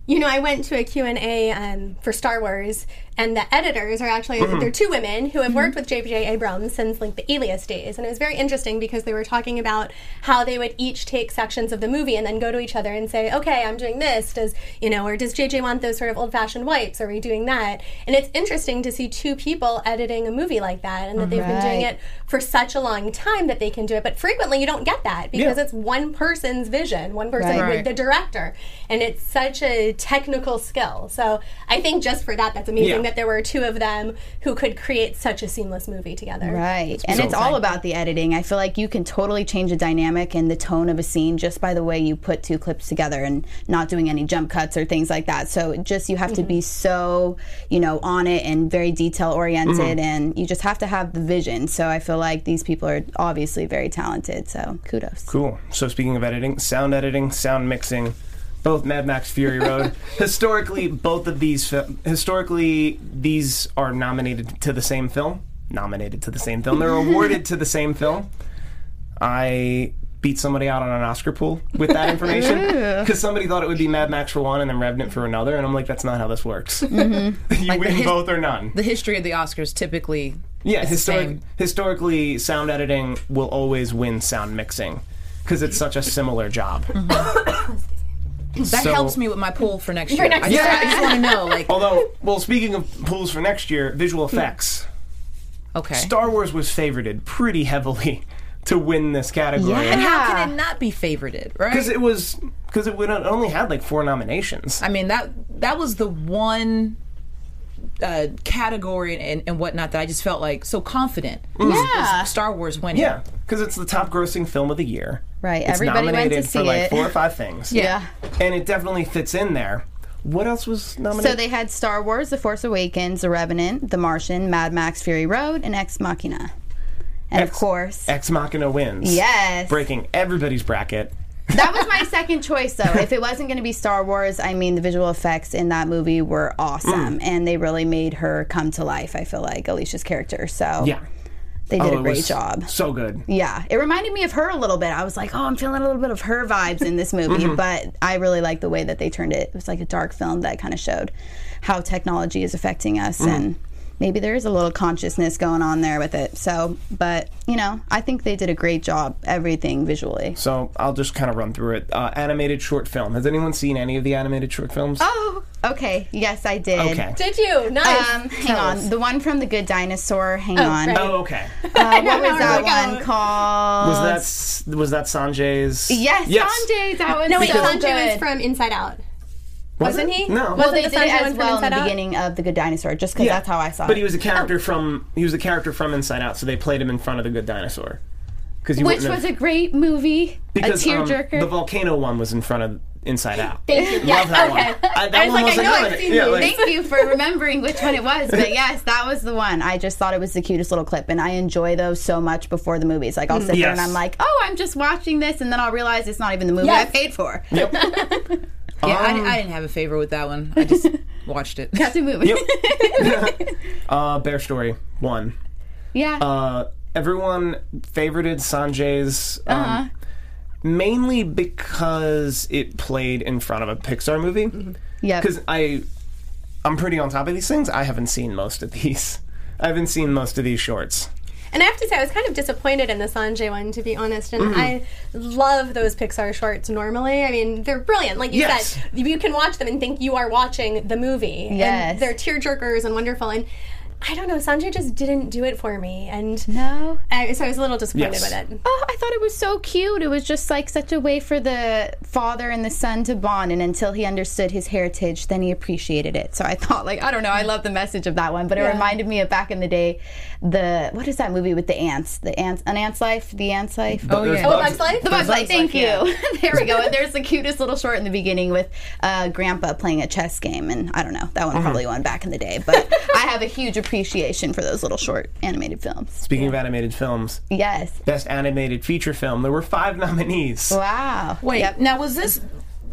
S7: you know, I went to a Q&A um, for Star Wars, and the editors are actually, they're two women who
S6: Mm-hmm.
S7: have worked with J.J. Abrams since, like, the Alias days. And it was very interesting because they were talking about how they would each take sections of the movie and then go to each other and say, okay, I'm doing this. Does, you know, or does J.J. want those sort of old-fashioned wipes? Are we doing that? And it's interesting to see two people editing a movie like that and that they've been doing
S6: Right.
S7: it for such a long time that they can do it. But frequently you don't get that because
S5: Yeah.
S7: it's one person's vision, one person
S6: Right.
S7: with the director and it's such a technical skill so i think just for that that's amazing
S5: Yeah.
S7: that there were two of them who could create such a seamless movie together
S6: Right. and it's all about the editing. I feel like you can totally change the dynamic and the tone of a scene just by the way you put two clips together and not doing any jump cuts or things like that. So it just you have to be so, you know, on it and very detail oriented
S5: Mm-hmm.
S6: and you just have to have the vision. So I feel like these people are obviously very talented. So kudos.
S5: Cool. So speaking of editing, sound editing, sound mixing, both Mad Max Fury Road. historically, both of these fi- historically these are nominated to the same film. Nominated to the same film. They're awarded to the same film. I beat somebody out on an Oscar pool with that information because somebody thought it would be Mad Max for one and then Revenant for another, and I'm like, that's not how this works. you win
S8: Mm-hmm. his-
S5: both or none.
S8: The history of the Oscars typically.
S5: Yeah,
S8: the
S5: historic,
S8: same.
S5: historically, sound editing will always win sound mixing because it's such a similar job.
S8: That
S5: So-
S8: helps me with my pool for next year.
S7: next
S8: I just,
S5: year.
S8: I just want to know, like,
S5: Although, well, speaking of pools for next year, visual
S6: Hmm.
S5: effects.
S8: okay.
S5: Star Wars was favorited pretty heavily to win this category.
S8: And
S6: Yeah.
S8: how can it not be favorited, right?
S5: Because it was because it would only had like four nominations.
S8: I mean that that was the one uh, category and, and whatnot that I just felt like so confident.
S6: Yeah.
S8: Star Wars winning.
S5: yeah, because it's the top grossing film of the year.
S6: Right,
S5: It's
S6: everybody went to
S5: nominated
S6: see
S5: for like
S6: it.
S5: four or five things.
S6: Yeah.
S5: and it definitely fits in there. What else was nominated?
S6: So they had Star Wars, The Force Awakens, The Revenant, The Martian, Mad Max Fury Road, and Ex Machina. And of
S5: Ex-
S6: course,
S5: Ex Machina wins.
S6: Yes.
S5: breaking everybody's bracket.
S6: that was my second choice though. If it wasn't going to be Star Wars, I mean, the visual effects in that movie were awesome
S5: Mm.
S6: and they really made her come to life, I feel like, Alicia's character. So
S5: Yeah,
S6: they did
S5: Oh,
S6: a
S5: it
S6: great
S5: was
S6: job.
S5: So good.
S6: Yeah, it reminded me of her a little bit. I was like, oh, I'm feeling a little bit of her vibes in this movie,
S5: Mm-hmm.
S6: but I really like the way that they turned it. It was like a dark film that kind of showed how technology is affecting us
S5: Mm.
S6: and maybe there is a little consciousness going on there with it. So, but you know, I think they did a great job everything visually.
S5: So I'll just kind of run through it. Uh, animated short film. Has anyone seen any of the animated short films?
S6: Oh, okay. Yes, I did.
S5: okay.
S7: Did you? Nice.
S6: Um, hang on. The one from The Good Dinosaur. Hang on.
S7: right.
S5: Oh, okay.
S6: Uh, what was
S7: we're
S6: that
S7: like,
S6: one
S7: oh.
S6: called?
S5: Was that s- was that Sanjay's?
S6: Yes, Sanjay. That was
S7: no, wait,
S6: so
S7: Sanjay was
S6: good.
S7: from Inside Out.
S5: Was
S7: Wasn't
S5: it?
S7: he?
S5: No.
S6: Well, they
S7: the
S6: did it
S7: Sanjay one
S6: as
S7: from
S6: well in
S7: Inside
S6: the
S7: Out?
S6: beginning of The Good Dinosaur, just because that's how I saw
S5: But
S6: it. Oh.
S5: he was a character from he was a character from Inside Out, so they played him in front of the Good Dinosaur. Because
S6: Which was a great movie,
S5: because,
S6: a
S5: um,
S6: tearjerker.
S5: the volcano one was in front of Inside Out.
S7: Thank you.
S5: Love
S7: Yes,
S5: that
S7: okay.
S5: one. I, that
S7: I was
S5: one
S7: like, I
S5: wasn't
S7: know I've
S5: nominated.
S7: seen
S5: yeah,
S7: these.
S5: like,
S6: Thank you for remembering which one it was, but yes, that was the one. I just thought it was the cutest little clip, and I enjoy those so much before the movies. Like I'll sit there
S5: Yes.
S6: and I'm like, "Oh, I'm just watching this," and then I'll realize it's not even the movie
S7: Yes.
S6: I paid for.
S8: Yeah, I, di- I didn't have a favor with that one. I just watched it.
S6: That's a movie.
S5: uh, Bear Story one.
S6: yeah.
S5: Uh, everyone favorited Sanjay's um, mainly because it played in front of a Pixar movie.
S6: Yep.
S5: Because I, I'm pretty on top of these things. I haven't seen most of these. I haven't seen most of these shorts.
S7: And I have to say, I was kind of disappointed in the Sanjay one, to be honest.
S5: Mm-hmm.
S7: And I love those Pixar shorts normally. I mean, they're brilliant. Like you
S5: Yes.
S7: said, you can watch them and think you are watching the movie.
S6: Yes.
S7: And they're tearjerkers and wonderful. And I don't know, Sanjay just didn't do it for me. And
S6: No.
S7: I, so I was a little disappointed
S5: Yes.
S7: with it.
S6: Oh, I thought it was so cute. It was just like such a way for the father and the son to bond. And until he understood his heritage, then he appreciated it. So I thought, like, I don't know. I love the message of that one, but it reminded me of back in the day, the what is that movie with the ants? The ants, an ant's life, the ant's life.
S5: But there's
S8: yeah.
S7: Oh,
S5: bugs-
S7: Bugs Life?
S6: The Bug's Life, thank you. there we go. And there's the cutest little short in the beginning with uh, Grandpa playing a chess game. And I don't know, that one probably won back in the day. But I have a huge appreciation for those little short animated films.
S5: Speaking of animated films,
S6: Yes.
S5: best animated feature film. There were five nominees.
S6: Wow.
S8: Wait,
S6: Yep.
S8: now was this?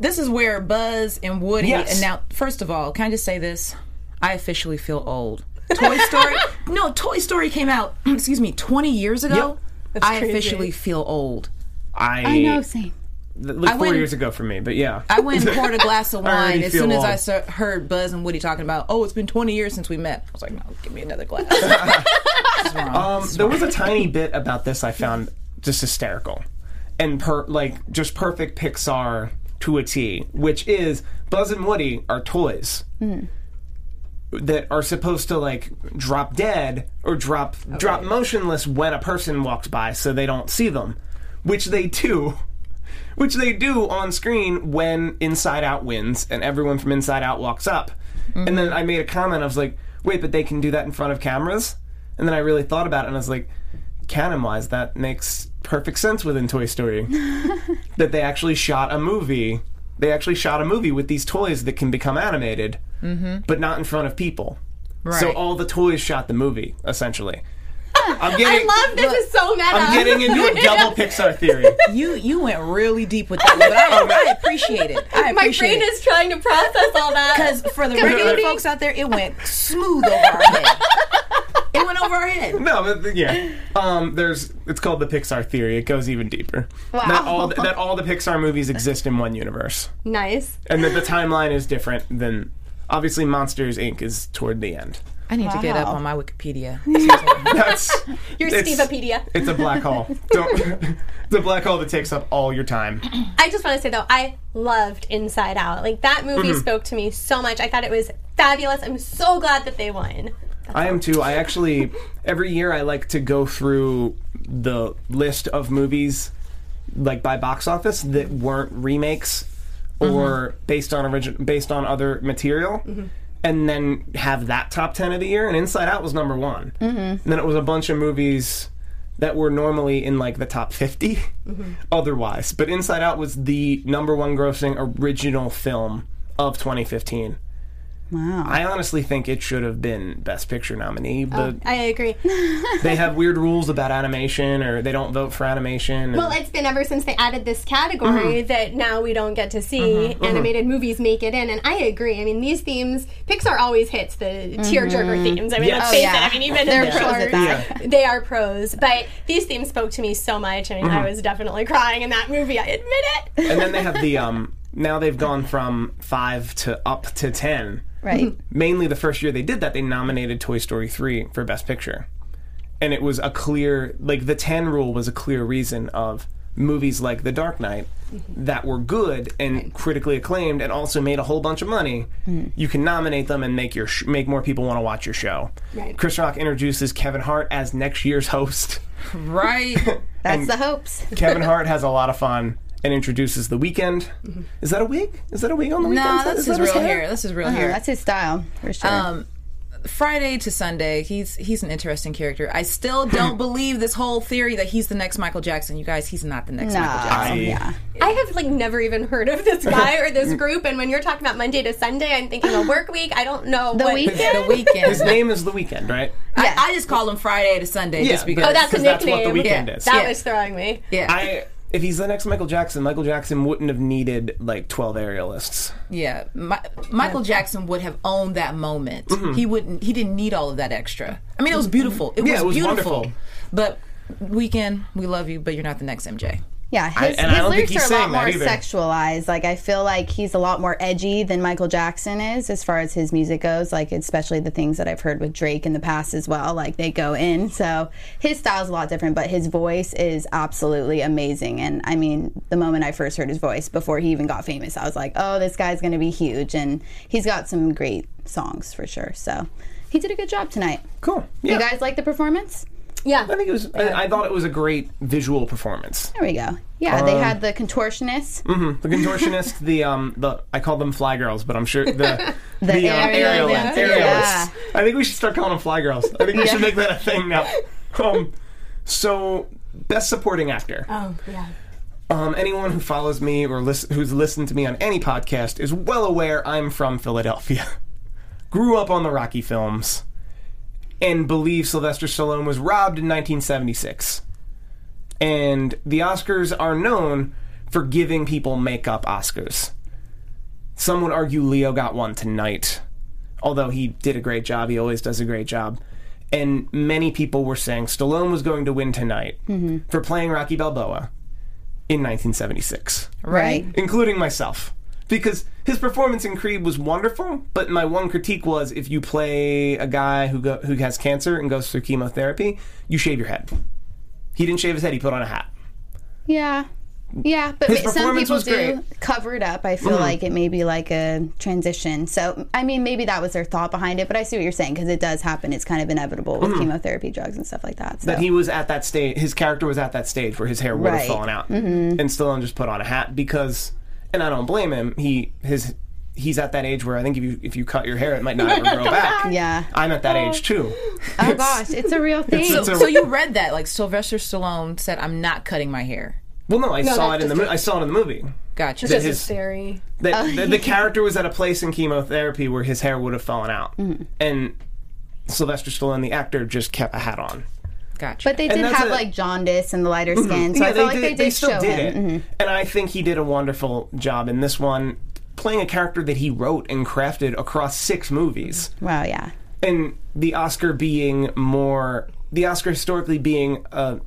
S8: This is where Buzz and Woody.
S5: Yes.
S8: And now, first of all, can I just say this? I officially feel old. Toy Story. no, Toy Story came out. Excuse me, twenty years ago. I
S7: crazy.
S8: officially feel old.
S5: I,
S6: I know, same.
S5: th- like four
S8: wouldn't-
S5: years ago for me, but yeah.
S8: I went and poured a glass of
S5: I already
S8: wine as
S5: feel
S8: soon as
S5: old.
S8: I ser- heard Buzz and Woody talking about, oh, it's been 20 years since we met. I was like, no, give me another glass. It's wrong.
S5: Um, there was a tiny bit about this I found just hysterical, and per like just perfect Pixar to a T, which is Buzz and Woody are toys that are supposed to like drop dead or drop drop motionless when a person walks by, so they don't see them, which they do. Which they do on screen when Inside Out wins and everyone from Inside Out walks up. And then I made a comment, I was like, wait, but they can do that in front of cameras? And then I really thought about it and I was like, canon wise, that makes perfect sense within Toy Story. that they actually shot a movie. They actually shot a movie with these toys that can become animated, but not in front of people. So
S8: Right.
S5: all the toys shot the movie, essentially. I'm
S7: I
S5: getting,
S7: love this is so meta.
S5: I'm getting into a double Pixar theory.
S8: you you went really deep with that, but I, I appreciate it.
S7: My
S8: I
S7: brain
S8: appreciate
S7: is trying to process all that.
S8: because for the regular folks out there, it went smooth over our head. It went over our head.
S5: No, but th- yeah. Um, there's it's called the Pixar theory. It goes even deeper. Wow. That all the, that all the Pixar movies exist in one universe,
S7: Nice.
S5: and that the timeline is different than Obviously, Monsters Inc. is toward the end.
S8: I need to get up on my Wikipedia.
S5: That's
S7: Your
S5: it's-
S7: Stevepedia.
S5: It's a black hole. Don't, it's a black hole that takes up all your time.
S7: I just want to say though, I loved Inside Out. Like that movie
S5: Mm-hmm.
S7: spoke to me so much. I thought it was fabulous. I'm so glad that they won.
S5: I am too. I actually every year I like to go through the list of movies like by box office that weren't remakes or based on origin based on other material. And then have that top ten of the year, and Inside Out was number one. Mm-hmm. And then it was a bunch of movies that were normally in like the top 50 otherwise. But Inside Out was the number one grossing original film of 2015.
S6: Wow.
S5: I honestly think it should have been Best Picture nominee, but
S7: I agree.
S5: they have weird rules about animation or they don't vote for animation. and-
S7: Well, it's been ever since they added this category
S5: Mm-hmm.
S7: that now we don't get to see animated movies make it in. And I agree. I mean, these themes, Pixar always hits the tearjerker themes. I mean,
S5: Yes.
S7: let's
S5: Oh,
S7: face
S6: Mm-hmm. yeah.
S7: it. I mean, even
S6: They're
S7: in
S6: pros at that.
S7: They are pros. But these themes spoke to me so much. I mean, I was definitely crying in that movie. I admit it.
S5: Mm-hmm. and then they have the um now they've gone from 5 to up to 10.
S6: Right.
S5: Mainly the first year they did that they nominated Toy Story 3 for Best Picture. And it was a clear like the 10 rule was a clear reason of movies like The Dark Knight that were good and critically acclaimed and also made a whole bunch of money. You can nominate them and make your sh- make more people want to watch your show.
S7: Right.
S5: Chris Rock introduces Kevin Hart as next year's host.
S8: right.
S6: That's the hopes.
S5: Kevin Hart has a lot of fun and introduces the weekend. Is that a wig? Is that a wig on the weekend?
S8: Mm-hmm. No, this is real hair. This is real
S6: Yeah,
S8: hair.
S6: that's his style for sure.
S8: um, Friday to Sunday, he's he's an interesting character. I still don't believe this whole theory that he's the next Michael Jackson. You guys, he's not the next
S6: Nah.
S8: Michael Jackson.
S6: yeah.
S7: I have, like, never even heard of this guy or this group. And when you're talking about Monday to Sunday, I'm thinking a work week. I don't know.
S6: The
S7: what-
S6: weekend.
S8: The weekend.
S5: His name is the weekend, right?
S8: I, I just call him Friday to Sunday
S5: Yeah,
S8: just because.
S7: Oh, that's a
S5: 'Cause that's what
S7: nickname.
S5: the weekend
S8: Yeah.
S5: is.
S7: That
S8: Yeah.
S7: was throwing me.
S8: yeah,
S5: I if he's the next Michael Jackson, Michael Jackson wouldn't have needed like twelve aerialists.
S8: yeah. Mi- Michael Jackson would have owned that moment. He wouldn't. He didn't need all of that extra. I mean, it was beautiful. It,
S5: Mm-hmm. Yeah,
S8: was,
S5: it was
S8: beautiful.
S5: wonderful.
S8: But weekend, we love you, but you're not the next MJ.
S6: Yeah, his,
S5: and I
S6: his
S5: don't think
S6: lyrics
S5: he's
S6: are a lot
S5: saying that
S6: more
S5: either.
S6: sexualized. Like I feel like he's a lot more edgy than Michael Jackson is as far as his music goes. Like especially the things that I've heard with Drake in the past as well. Like they go in. So his style's a lot different, but his voice is absolutely amazing. And I mean, the moment I first heard his voice before he even got famous, I was like, oh, this guy's going to be huge. And he's got some great songs for sure. So he did a good job tonight.
S5: Cool. Yeah.
S6: You guys like the performance?
S7: Yeah.
S5: I think it was. I, I thought it was a great visual performance.
S6: There we go. Yeah, they
S5: Um,
S6: had the contortionist.
S5: The contortionist, the um, the I call them fly girls, but I'm sure the the, um,
S6: aerialists.
S5: aerialists.
S6: Yeah.
S5: aerialists. I think we should start calling them fly girls. I think we should make that a thing now. Um, so best supporting actor.
S7: Oh, yeah.
S5: Um, anyone who follows me or lis- who's listened to me on any podcast is well aware I'm from Philadelphia. Grew up on the Rocky films and believe Sylvester Stallone was robbed in 1976. And the Oscars are known for giving people makeup Oscars. Some would argue Leo got one tonight, although he did a great job. He always does a great job. And many people were saying Stallone was going to win tonight for playing Rocky Balboa in 1976,
S6: Right.
S5: including myself. Because his performance in Creed was wonderful, but my one critique was if you play a guy who go, who has cancer and goes through chemotherapy, you shave your head. He didn't shave his head; he put on a hat.
S6: Yeah. Yeah, but
S5: His
S6: ma- some
S5: performance
S6: people
S5: was
S6: do
S5: great. Mm.
S6: cover it up. I feel like it may be like a transition. So, I mean, maybe that was their thought behind it, but I see what you're saying because it does happen. It's kind of inevitable with chemotherapy drugs and stuff like that. So,
S5: Mm. That he was at that stage. His character was at that stage where his hair would have
S6: Right.
S5: fallen out, and Stallone just put on a hat because. And I don't blame him. He his he's at that age where I think if you if you cut your hair, it might not ever grow back.
S6: yeah.
S5: I'm at that age too.
S6: Oh gosh, it's a real thing.
S5: it's
S8: So,
S5: a-
S8: so you read that? Like Sylvester Stallone said, "I'm not cutting my hair."
S5: Well, no, I saw it
S7: that's
S5: in the
S7: just
S5: mo- I saw it in the movie.
S8: Gotcha.
S5: That
S7: Just
S5: his-
S7: very.
S5: that the, the character was at a place in chemotherapy where his hair would have fallen out, and Sylvester Stallone, the actor, just kept a hat on.
S8: Gotcha.
S6: but they did
S5: that's
S6: have
S5: a- Mm-hmm.
S6: like jaundice and the lighter skin, so I felt like they did show him. Mm-hmm.
S5: it, and I think he did a wonderful job in this one, playing a character that he wrote and crafted across six movies,
S6: Wow, yeah.
S5: and the Oscar being more the Oscar historically being a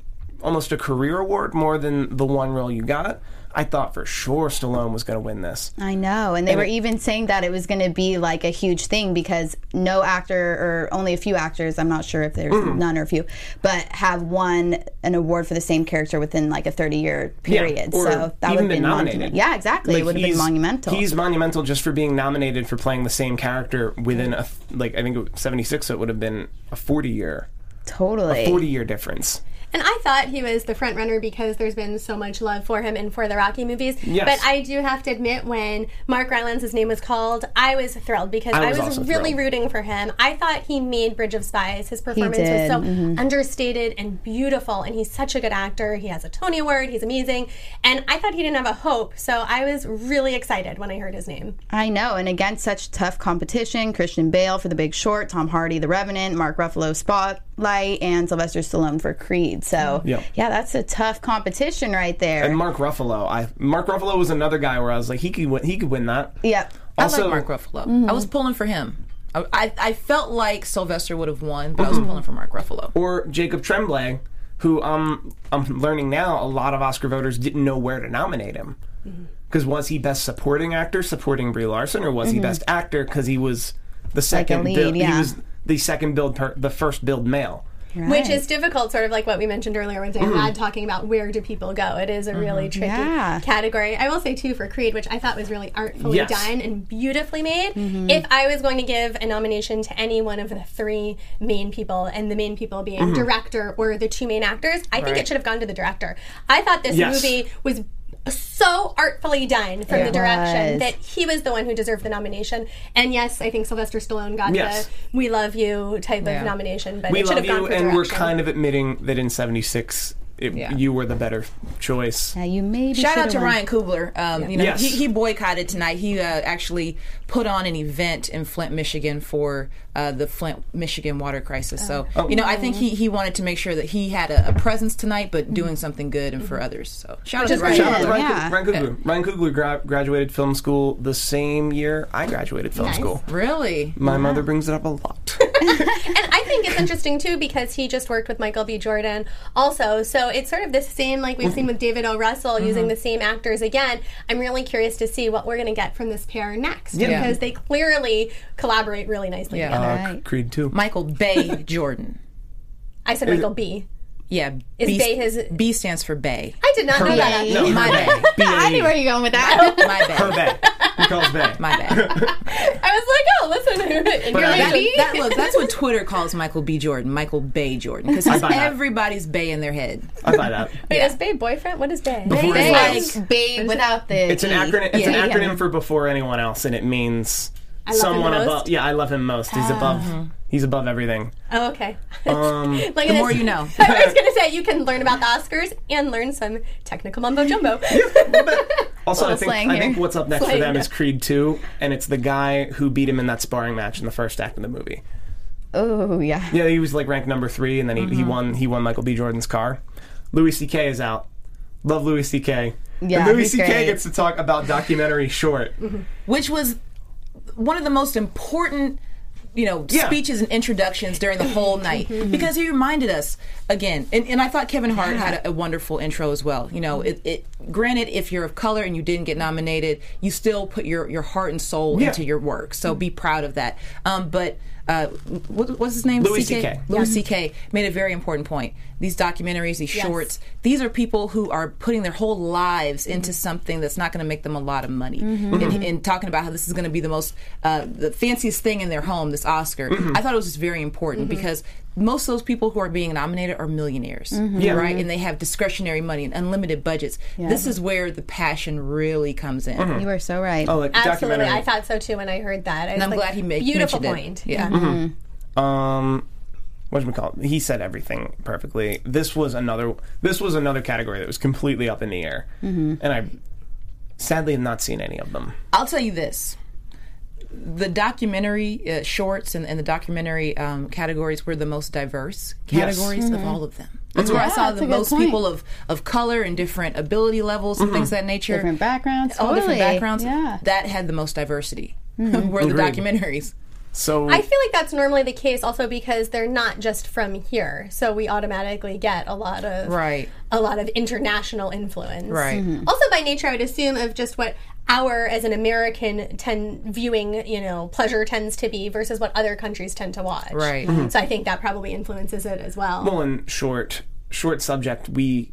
S5: almost a career award more than the one role you got. I thought for sure Stallone was going to win this.
S6: I know. And they were even saying that it was going to be like a huge thing because no actor or only a few actors, I'm not sure if there's none or a few, but have won an award for the same character within like a 30 year period.
S5: or
S6: so that would
S5: even
S6: have
S5: been
S6: been
S5: nominated.
S6: monumental. Yeah, exactly.
S5: Like,
S6: it would have been
S5: he's-
S6: monumental.
S5: He's monumental just for being nominated for playing the same character within a th- like I think it was 76 so it would have been a 40 year
S6: totally.
S5: 40 year difference.
S7: And I thought he was the front runner because there's been so much love for him and for the Rocky movies.
S5: Yes.
S7: But I do have to admit, when Mark Rylance' name was called, I was thrilled because
S5: I
S7: I
S5: was
S7: was,
S5: also
S7: really
S5: thrilled.
S7: rooting for him. I thought he made Bridge of Spies. His performance
S6: did,
S7: was so understated and beautiful, and he's such a good actor. He has a Tony Award. He's amazing. And I thought he didn't have a hope, so I was really excited when I heard his name.
S6: I know. And against such tough competition, Christian Bale for The Big Short, Tom Hardy, The Revenant, Mark Ruffalo, Spotlight, and Sylvester Stallone for Creed. So,
S5: Yeah.
S6: yeah, that's a tough competition right there.
S5: And Mark Ruffalo, I Mark Ruffalo was another guy where I was like he could win, he could win that.
S6: yep.
S5: Also,
S8: I like Mark Ruffalo. I was pulling for him. I, I, I felt like Sylvester would have won, but I
S5: Mm-hmm.
S8: was pulling for Mark Ruffalo.
S5: or Jacob Tremblay, who um, I'm learning now a lot of Oscar voters didn't know where to nominate him.
S7: Mm-hmm.
S5: Because was he best supporting actor supporting Brie Larson, or was
S7: Mm-hmm.
S5: he best actor because he was the second
S6: lead,
S5: build? He
S6: yeah.
S5: was the second build, per, the first build male.
S7: Which is difficult, sort of like what we mentioned earlier when
S5: Mm-hmm.
S7: Dan Ladd talking about where do people go. It is a really tricky
S6: Yeah.
S7: category. I will say too for Creed, which I thought was really artfully
S5: Yes. Mm-hmm.
S7: done and beautifully made. If I was going to give a nomination to any one of the three main people, and the main people being
S5: Mm-hmm.
S7: director or the two main actors, I think it should have gone to the director. I thought this
S5: Yes.
S7: movie was so artfully done from the direction
S6: was.
S7: that he was the one who deserved the nomination. And yes, I think Sylvester Stallone got
S5: Yes.
S7: the "We Love You" type of nomination, but
S5: We
S7: it should
S5: love
S7: have gone
S5: you,
S7: for
S5: and
S7: direction.
S5: we're kind of admitting that in '76 it,
S8: Yeah.
S5: you were the better choice.
S6: Yeah, you maybe
S8: Shout out
S6: should've
S8: to
S6: won.
S8: Ryan Coogler. Um, You know,
S5: Yes.
S8: he, he boycotted tonight. He uh, actually put on an event in Flint, Michigan for uh, the Flint, Michigan water crisis. So, you know, I think he, he wanted to make sure that he had a, a presence tonight, but doing something good and for others. So, shout out to Ryan.
S5: Shout out to
S6: Yeah,
S5: Ryan,
S6: yeah.
S5: Coog- Ryan Coogler. Ryan Coogler gra- graduated film school the same year I graduated film school.
S8: Really?
S5: My mother brings it up a lot. Uh,
S7: and I think it's interesting too because he just worked with Michael B. Jordan also. So it's sort of the same like we've seen with David O. Russell
S5: Mm-hmm.
S7: using the same actors again. I'm really curious to see what we're going to get from this pair next because they clearly collaborate really nicely
S8: Yeah.
S7: together.
S5: Uh, Creed too.
S8: Michael Bay Jordan.
S7: I said Michael B.
S8: Yeah.
S7: Is
S8: B,
S7: Bay his-
S8: B stands for Bay.
S7: I did not know that. actually.
S5: No,
S8: My Bay.
S6: I knew where
S5: B-A-E.
S6: you were going with that.
S8: My Bay.
S5: Her bay. He calls bay.
S8: My Bay.
S7: I was like, oh, listen, you're
S8: That,
S7: really
S8: that- look, that's what Twitter calls Michael B. Jordan, Michael Bay Jordan, because
S5: buy that.
S8: everybody's Bay in their head.
S5: I buy that.
S7: Wait, is Bay boyfriend? What is Bay?
S5: Before anyone else.
S6: It's like babe without the.
S5: It's an
S6: E.
S5: acronym. It's
S8: Yeah.
S5: an acronym for before anyone else, and it means
S7: love him
S5: someone
S7: most.
S5: above. Yeah, I love him most. He's
S8: Ah.
S5: above. He's above everything.
S7: Oh, okay.
S5: Um,
S7: like
S8: The more you know.
S7: I was going to say you can learn about the Oscars and learn some technical mumbo jumbo.
S5: also, I
S6: Little
S5: think
S6: slang
S5: I think
S6: here.
S5: what's up next for
S7: Slang.
S5: them is Creed Two, and it's the guy who beat him in that sparring match in the first act of the movie.
S6: Oh yeah.
S5: Yeah, he was like ranked number three, and then he,
S6: Mm-hmm.
S5: he won. He won Michael B. Jordan's car. Louis C.K. is out. Love Louis C.K.
S6: Yeah,
S5: and Louis
S6: he's
S5: C.K.
S6: great. Mm-hmm.
S5: gets to talk about documentary short.
S8: which was one of the most important you know
S5: Yeah. Mm-hmm.
S8: speeches and introductions during the whole night because he reminded us again and, and i thought kevin hart had a, a wonderful intro as well you know it, it granted if you're of color and you didn't get nominated you still put your, your heart and soul
S5: Yeah.
S8: into your work so be proud of that um, but uh, what, what's his name
S5: Louis
S8: CK?
S5: CK.
S8: Louis CK made a very important point. These documentaries, these shorts, these are people who are putting their whole lives into something that's not going to make them a lot of money. And, and talking about how this is going to be the most, uh, the fanciest thing in their home, this Oscar. I thought it was just very important because most of those people who are being nominated are millionaires,
S5: Yeah.
S8: right? And they have discretionary money and unlimited budgets. This is where the passion really comes in.
S6: You were so right.
S5: Oh, like
S7: Absolutely,
S5: documentary.
S7: I thought so too when I heard that. I
S8: And
S7: was
S8: I'm
S7: like,
S8: glad he made
S7: beautiful
S8: mentioned it.
S7: point.
S8: Yeah.
S5: Mm-hmm. Um, what we call it? He said everything perfectly. This was another. This was another category that was completely up in the air,
S6: Mm-hmm.
S5: and I sadly have not seen any of them.
S8: I'll tell you this. The documentary uh, shorts and, and the documentary um, categories were the most diverse
S5: Yes.
S8: categories of all of them. That's where I saw
S6: that's
S8: the
S6: a good
S8: most
S6: point.
S8: people of, of color and different ability levels and things of that nature.
S6: Different backgrounds,
S8: All
S6: totally.
S8: different backgrounds.
S6: Yeah.
S8: That had the most diversity were the documentaries.
S5: So
S7: I feel like that's normally the case, also because they're not just from here, so we automatically get a lot of
S8: Right.
S7: a lot of international influence.
S8: Right.
S5: Mm-hmm.
S8: Mhm.
S7: Also, by nature, I would assume of just what our as an American ten viewing, you know, pleasure tends to be versus what other countries tend to watch.
S8: Right.
S7: So I think that probably influences it as well.
S5: Mm-hmm. well, in short, short subject, we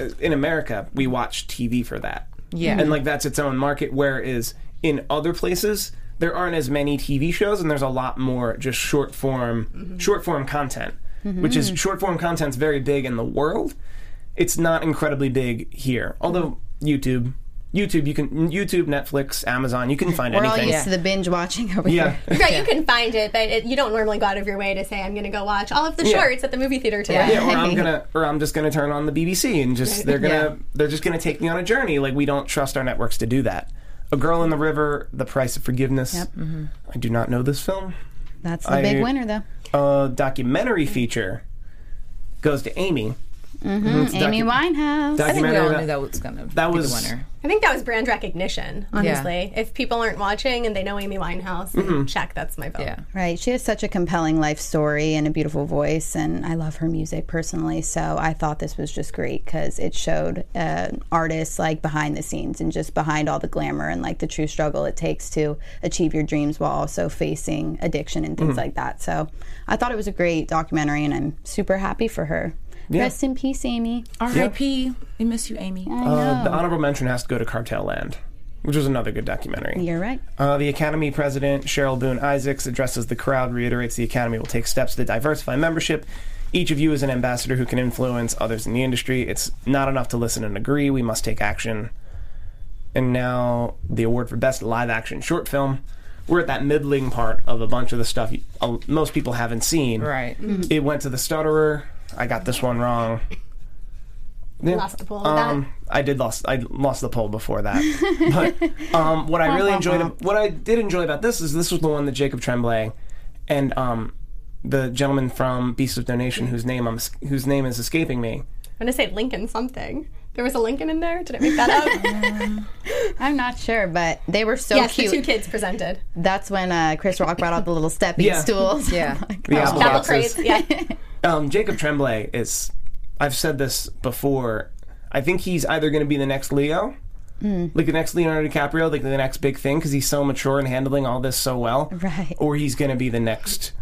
S5: uh, in America we watch TV for that.
S8: Yeah.
S5: and like that's its own market. Whereas in other places there aren't as many TV shows, and there's a lot more just short form, short form content, which is short form content's very big in the world. It's not incredibly big here, although YouTube. YouTube, you can YouTube, Netflix, Amazon, you can find
S6: We're all
S5: anything.
S6: used to the binge watching over
S5: yeah.
S6: here.
S7: Right, you can find it, but it, you don't normally go out of your way to say, I'm going to go watch all of the
S5: Yeah.
S7: shorts at the movie theater today.
S5: yeah, or I'm gonna, or I'm just gonna turn on the BBC and just they're gonna, they're just gonna take me on a journey. Like we don't trust our networks to do that. A Girl in the River, The Price of Forgiveness.
S8: Mm-hmm.
S5: I do not know this film.
S6: That's the
S5: I-
S6: big winner, though.
S5: A documentary feature goes to Amy. Mm-hmm. It's
S6: Amy
S5: docu-
S6: Winehouse.
S8: Mm-hmm. I think we
S5: documentary
S8: all
S5: about-
S8: knew that was gonna
S5: that
S8: be
S5: was-
S8: the winner.
S7: I think that was brand recognition, honestly. If people aren't watching and they know Amy Winehouse,
S5: Mm-hmm.
S7: check, that's my vote.
S8: Yeah.
S6: Right. She has such a compelling life story and a beautiful voice, and I love her music personally. So I thought this was just great because it showed uh, artists like behind the scenes and just behind all the glamour and like the true struggle it takes to achieve your dreams while also facing addiction and
S5: Mm.
S6: things like that. So I thought it was a great documentary, and I'm super happy for her. Rest in peace, Amy.
S8: R.I.P. We miss you, Amy.
S5: Uh, the honorable mention has to go to Cartel Land, which was another good documentary.
S6: You're right.
S5: Uh, the Academy president, Cheryl Boone Isaacs, addresses the crowd, reiterates the Academy will take steps to diversify membership. Each of you is an ambassador who can influence others in the industry. It's not enough to listen and agree. We must take action. And now the award for best live action short film. We're at that middling part of a bunch of the stuff you, uh, most people haven't seen.
S8: Right.
S7: Mm-hmm.
S5: It went to the stutterer. I got this one wrong. Yeah.
S7: Lost the poll with that.
S5: Um, I did lost I lost the poll before that. But um, what I really enjoyed, what I did enjoy about this is this was the one that Jacob Tremblay and um, the gentleman from Beast of Donation, whose name I'm whose name is escaping me.
S7: I'm going to say Lincoln something. There was a Lincoln in there? Did I make that up?
S6: I'm not sure, but they were so
S7: yes, the
S6: cute.
S7: two kids presented.
S6: That's when uh, Chris Rock brought out the little stepping
S5: Yeah.
S6: stools.
S8: Yeah.
S5: The apple
S7: Apple
S5: boxes.
S7: crates. Yeah.
S5: Um, Jacob Tremblay is. I've said this before. I think he's either going to be the next Leo,
S6: Hmm.
S5: like the next Leonardo DiCaprio, like the next big thing, because he's so mature and handling all this so well.
S6: Right.
S5: Or he's going to be the next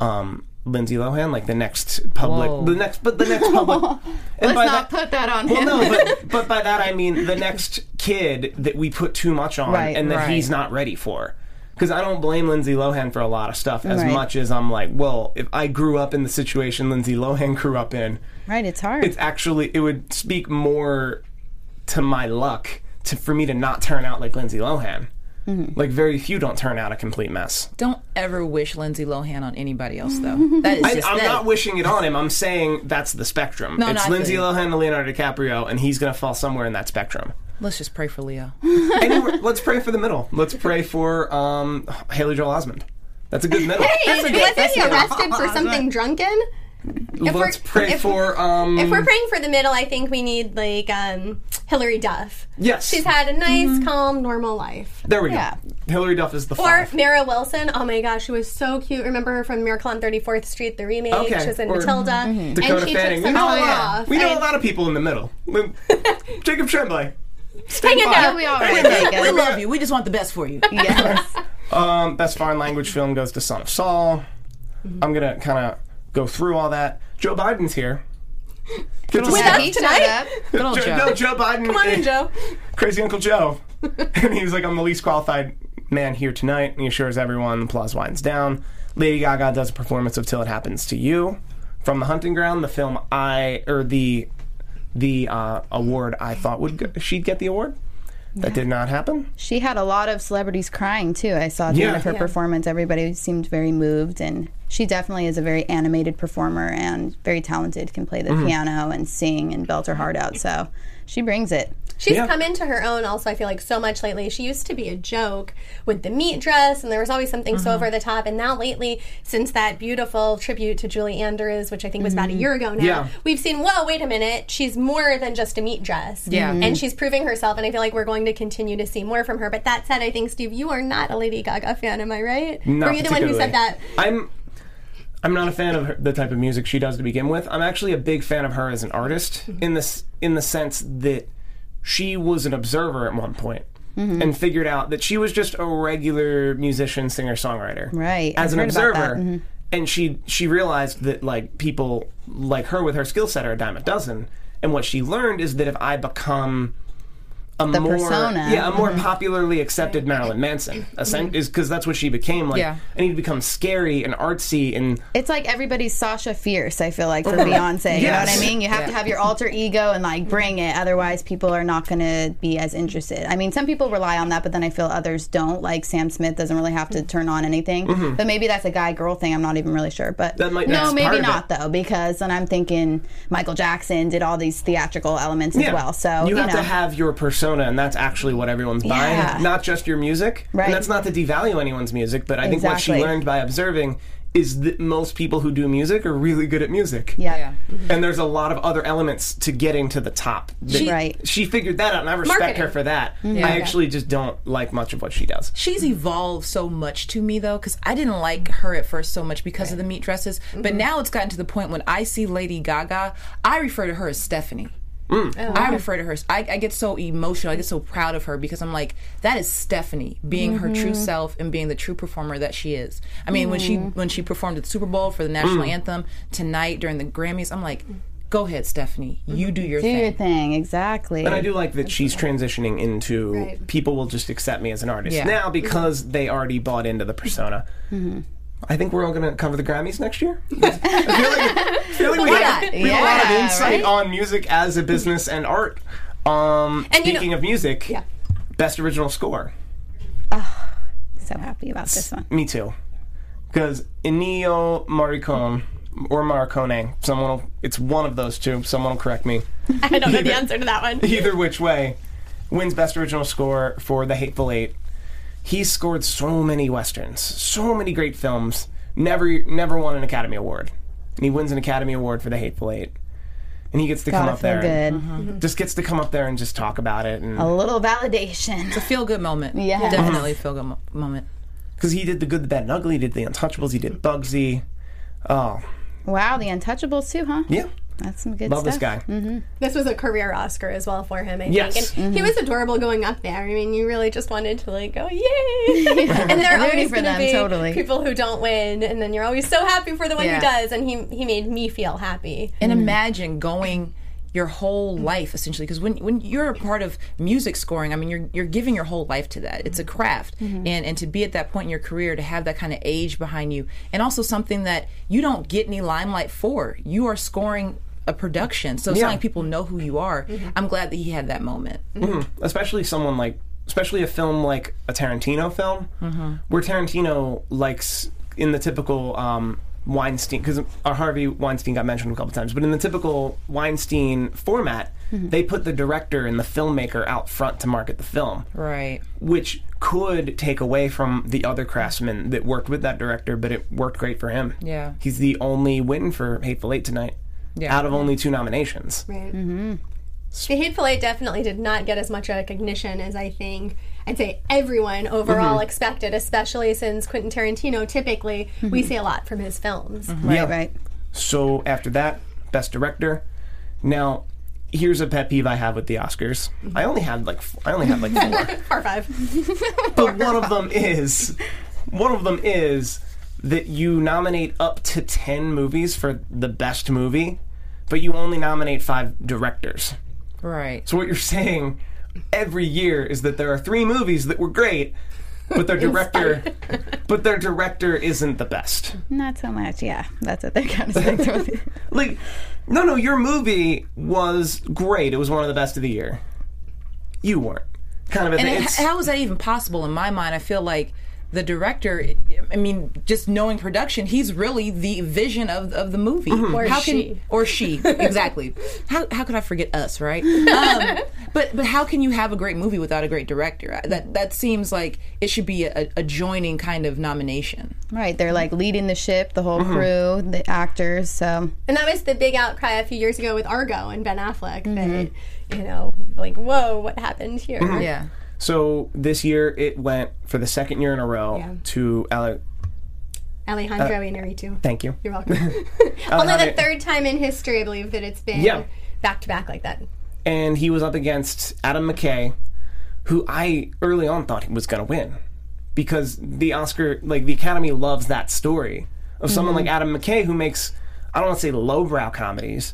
S5: um, Lindsay Lohan, like the next public,
S8: Whoa.
S5: the next, but the next public. and
S6: Let's
S5: by
S6: not
S5: that-
S6: put that on
S5: well,
S6: him.
S5: no, but, but by that I mean the next kid that we put too much on
S6: Right,
S5: and that
S8: right.
S5: he's not ready for. Because I don't blame Lindsay Lohan for a lot of stuff as
S6: Right.
S5: much as I'm like, well, if I grew up in the situation Lindsay Lohan grew up in,
S6: Right, it's hard.
S5: it's actually, it would speak more to my luck to, for me to not turn out like Lindsay Lohan.
S8: Mm-hmm.
S5: Like, very few don't turn out a complete mess.
S8: Don't ever wish Lindsay Lohan on anybody else, though. That is
S5: I,
S8: just
S5: I'm
S8: that-
S5: not wishing it on him. I'm saying that's the spectrum.
S8: No,
S5: it's
S8: no, I
S5: Lindsay
S8: feel you.
S5: Lohan and Leonardo DiCaprio, and he's going to fall somewhere in that spectrum.
S8: Let's just pray for Leo.
S5: Anywhere, let's pray for the middle. Let's pray for um, Haley Joel Osmond. That's a good middle.
S7: Hey, wasn't he arrested for something drunken? If
S5: let's pray
S7: if-
S5: for. Um,
S7: If we're praying for the middle, I think we need like um, Hillary Duff.
S5: yes,
S7: She's had a nice, calm, normal life.
S5: there we
S6: Yeah.
S5: go. Hillary Duff is the
S7: Or
S5: five.
S7: Mara Wilson. Oh my gosh, she was so cute. Remember her from Miracle on 34th Street, the remake.
S5: Okay,
S7: She was in
S5: or-
S7: Matilda.
S5: Dakota
S7: and she
S5: Fanning. We
S7: took some
S5: know-
S7: time
S5: oh, yeah.
S7: off.
S5: we know
S7: And-
S5: a lot of people in the middle. We- Jacob Tremblay.
S7: Hang in there.
S6: Yeah, we all right.
S8: We
S6: Jacob.
S8: love you. We just want the best for you.
S6: yes.
S5: Um, best foreign language film goes to Son of Saul.
S7: Mm-hmm.
S5: I'm gonna kind of go through all that. Joe Biden's here. Gets a
S8: With
S5: slap.
S6: He showed
S7: tonight?
S6: up.
S8: Good old
S5: Joe,
S8: Joe.
S5: no, Joe Biden.
S7: Come on in, Joe.
S5: Crazy Uncle Joe. and he was like, I'm the least qualified man here tonight. And he assures everyone the applause winds down. Lady Gaga does a performance of Till It Happens to You from The Hunting Ground, the film I, or the the uh, award I thought would go, she'd get the award. That did not happen.
S6: She had a lot of celebrities crying too. I saw at the
S5: Yeah.
S6: end of her
S5: Yeah.
S6: performance, everybody seemed very moved, and she definitely is a very animated performer and very talented. Can play the piano and sing and belt her heart out. So she brings it.
S7: She's
S5: Yeah.
S7: come into her own also, I feel like, so much lately. She used to be a joke with the meat dress, and there was always something
S5: Uh-huh.
S7: so over the top. And now, lately, since that beautiful tribute to Julie Andrews, which I think was about a year ago now,
S5: Mm-hmm. Yeah.
S7: we've seen, whoa, wait a minute, she's more than just a meat dress.
S8: Yeah.
S5: Mm-hmm.
S8: Mhm.
S7: And she's proving herself, and I feel like we're going to continue to see more from her. But that said, I think, Steve, you are not a Lady Gaga fan, am I right?
S5: Not
S7: Were you the one who
S5: particularly.
S7: said that?
S5: I'm I'm not a fan of her, the type of music she does to begin with. I'm actually a big fan of her as an artist
S6: Mm-hmm.
S5: in this in the sense that she was an observer at one point
S6: Mm-hmm.
S5: and figured out that she was just a regular musician, singer, songwriter.
S6: Right.
S5: As an
S6: I've heard about that. Mm-hmm.
S5: observer. And she she realized that like people like her with her skill set are a dime a dozen. And what she learned is that if I become a
S6: The
S5: more
S6: persona.
S5: yeah a more popularly accepted Marilyn Manson
S6: Mm-hmm.
S5: essen- is because that's what she became like
S8: Yeah.
S5: I need to become scary and artsy and
S6: It's like everybody's Sasha Fierce, I feel like, for Beyonce. You know what
S5: Yes.
S6: I mean? You have to have your alter ego and like bring it. Otherwise, people are not going to be as interested. I mean, some people rely on that, but then I feel others don't. Like Sam Smith doesn't really have to turn on anything. But maybe that's a guy girl thing. I'm not even really sure. But
S5: Mm-hmm. That might-
S6: no,
S5: that's
S6: maybe
S5: part of
S6: not, though, because then I'm thinking Michael Jackson did all these theatrical elements as well. So,
S5: you,
S6: you,
S5: have
S6: know.
S5: to have your persona and that's actually what everyone's buying
S6: Yeah.
S5: not just your music
S6: Right.
S5: and that's not to devalue anyone's music but I think what she
S6: Exactly.
S5: learned by observing is that most people who do music are really good at music Mm-hmm.
S6: yeah.
S5: and there's a lot of other elements to getting to the top that-
S6: She- Right. Mm-hmm.
S5: she figured that out and I respect her
S7: Marketing.
S5: for that I actually just don't like much of what she does
S8: She's evolved so much to me though, because I didn't like her at first so much because of the meat dresses. But now it's gotten to the point when I see Lady Gaga, I refer to her as Stephanie. I refer to her. as- I, I get so emotional. I get so proud of her because I'm like, that is Stephanie being her true self and being the true performer that she is. I mean, when she when she performed at the Super Bowl for the national anthem tonight during the Grammys, I'm like, go ahead, Stephanie, you do your
S6: Do
S8: thing.
S6: your thing. Exactly.
S5: But I do like that she's transitioning into people will just accept me as an artist
S8: Yeah.
S7: Mm-hmm.
S5: now because they already bought into the persona. I think we're all going to cover the Grammys next year. I feel like, I feel like we, have, we have a lot of
S6: Yeah,
S5: insight on music as a business and art. Um,
S7: And you
S5: speaking
S7: know-
S5: of music,
S7: Yeah.
S5: best original score.
S6: So happy about this one.
S5: Me too. Because Ennio Morricone or Morricone, someone will, it's one of those two, someone will correct me.
S7: I don't know the answer to that one.
S5: either which way, wins Best Original Score for The Hateful Eight. He scored so many westerns, so many great films. Never, never won an Academy Award, and he wins an Academy Award for The Hateful Eight. And he gets to come
S6: Gotta
S5: up there,
S6: feel good.
S5: and just gets to come up there and just talk about it,
S6: A
S5: and
S6: little validation.
S8: Feel good moment.
S6: Yes.
S8: definitely feel good mo- moment.
S5: because he did the Good, the Bad, and Ugly, he did the Untouchables, he did Bugsy. Oh,
S6: Wow, the Untouchables too, huh?
S5: yeah,
S6: That's some good
S5: love
S6: stuff.
S5: this guy.
S7: This was a career Oscar as well for him, I
S5: Yes.
S7: think. And he was adorable going up there. I mean, you really just wanted to like go, yay! and there are
S6: Rooting
S7: always
S6: for
S7: going to
S6: them,
S7: be
S6: totally.
S7: people who don't win, and then you're always so happy for the one
S8: Yeah.
S7: who does. And he he made me feel happy.
S8: And imagine going your whole life essentially because when, when you're a part of music scoring i mean you're, you're giving your whole life to that it's a craft and and to be at that point in your career to have that kind of age behind you and also something that you don't get any limelight for you are scoring a production so it's
S5: Yeah.
S8: not like people know who you are i'm glad that he had that moment
S5: especially someone like especially a film like a Tarantino film
S8: Mm-hmm.
S5: where Tarantino likes in the typical um, Weinstein because our Harvey Weinstein got mentioned a couple times but in the typical Weinstein format
S8: Mm-hmm.
S5: they put the director and the filmmaker out front to market the film
S8: right
S5: which could take away from the other craftsmen that worked with that director but it worked great for him
S8: Yeah.
S5: he's the only win for Hateful Eight tonight
S8: Yeah.
S5: out of only two nominations
S7: Right. Mm-hmm. The Hateful Eight definitely did not get as much recognition as I think I'd say everyone overall expected, especially since Quentin Tarantino typically we see a lot from his films.
S6: Right,
S5: Yeah.
S6: right.
S5: So after that, best director. Now, here's a pet peeve I have with the Oscars. I only had like f- I only had like four,
S7: Par five.
S5: but one of them is one of them is that you nominate up to ten movies for the best movie, but you only nominate five directors.
S8: right
S5: So what you're saying every year is that there are three movies that were great, but their director, but their director isn't the best.
S6: Not so much. Yeah, that's what they're kind of stuck with.
S5: Like, no, no, your movie was great. It was one of the best of the year. You weren't. Kind of a
S8: and
S5: thing.
S8: it,
S5: It's-
S8: how is that even possible in my mind i feel like the director, I mean, just knowing production, he's really the vision of, of the movie.
S7: Mm-hmm. Or
S8: how
S7: she.
S8: Can, or she, exactly. how, how could I forget us, right? Um, but but how can you have a great movie without a great director? I- That that seems like it should be a, a joining kind of nomination.
S6: Right, they're like leading the ship, the whole
S5: Mm-hmm.
S6: crew, the actors. So
S7: And that was the big outcry a few years ago with Argo and Ben Affleck.
S5: Mm-hmm.
S7: That, you know, like, whoa, what happened here?
S8: Yeah.
S5: So this year it went for the second year in a row to Ale-
S7: Alejandro Inarritu.
S5: Thank you.
S7: You're welcome. Only the
S5: Uh, Alejandro-
S7: third time in history, I believe, that it's been
S5: Yeah.
S7: back to back like that.
S5: And he was up against Adam McKay, who I early on thought he was going to win because the Oscar, like the Academy, loves that story of someone like Adam McKay who makes I don't want to say lowbrow comedies,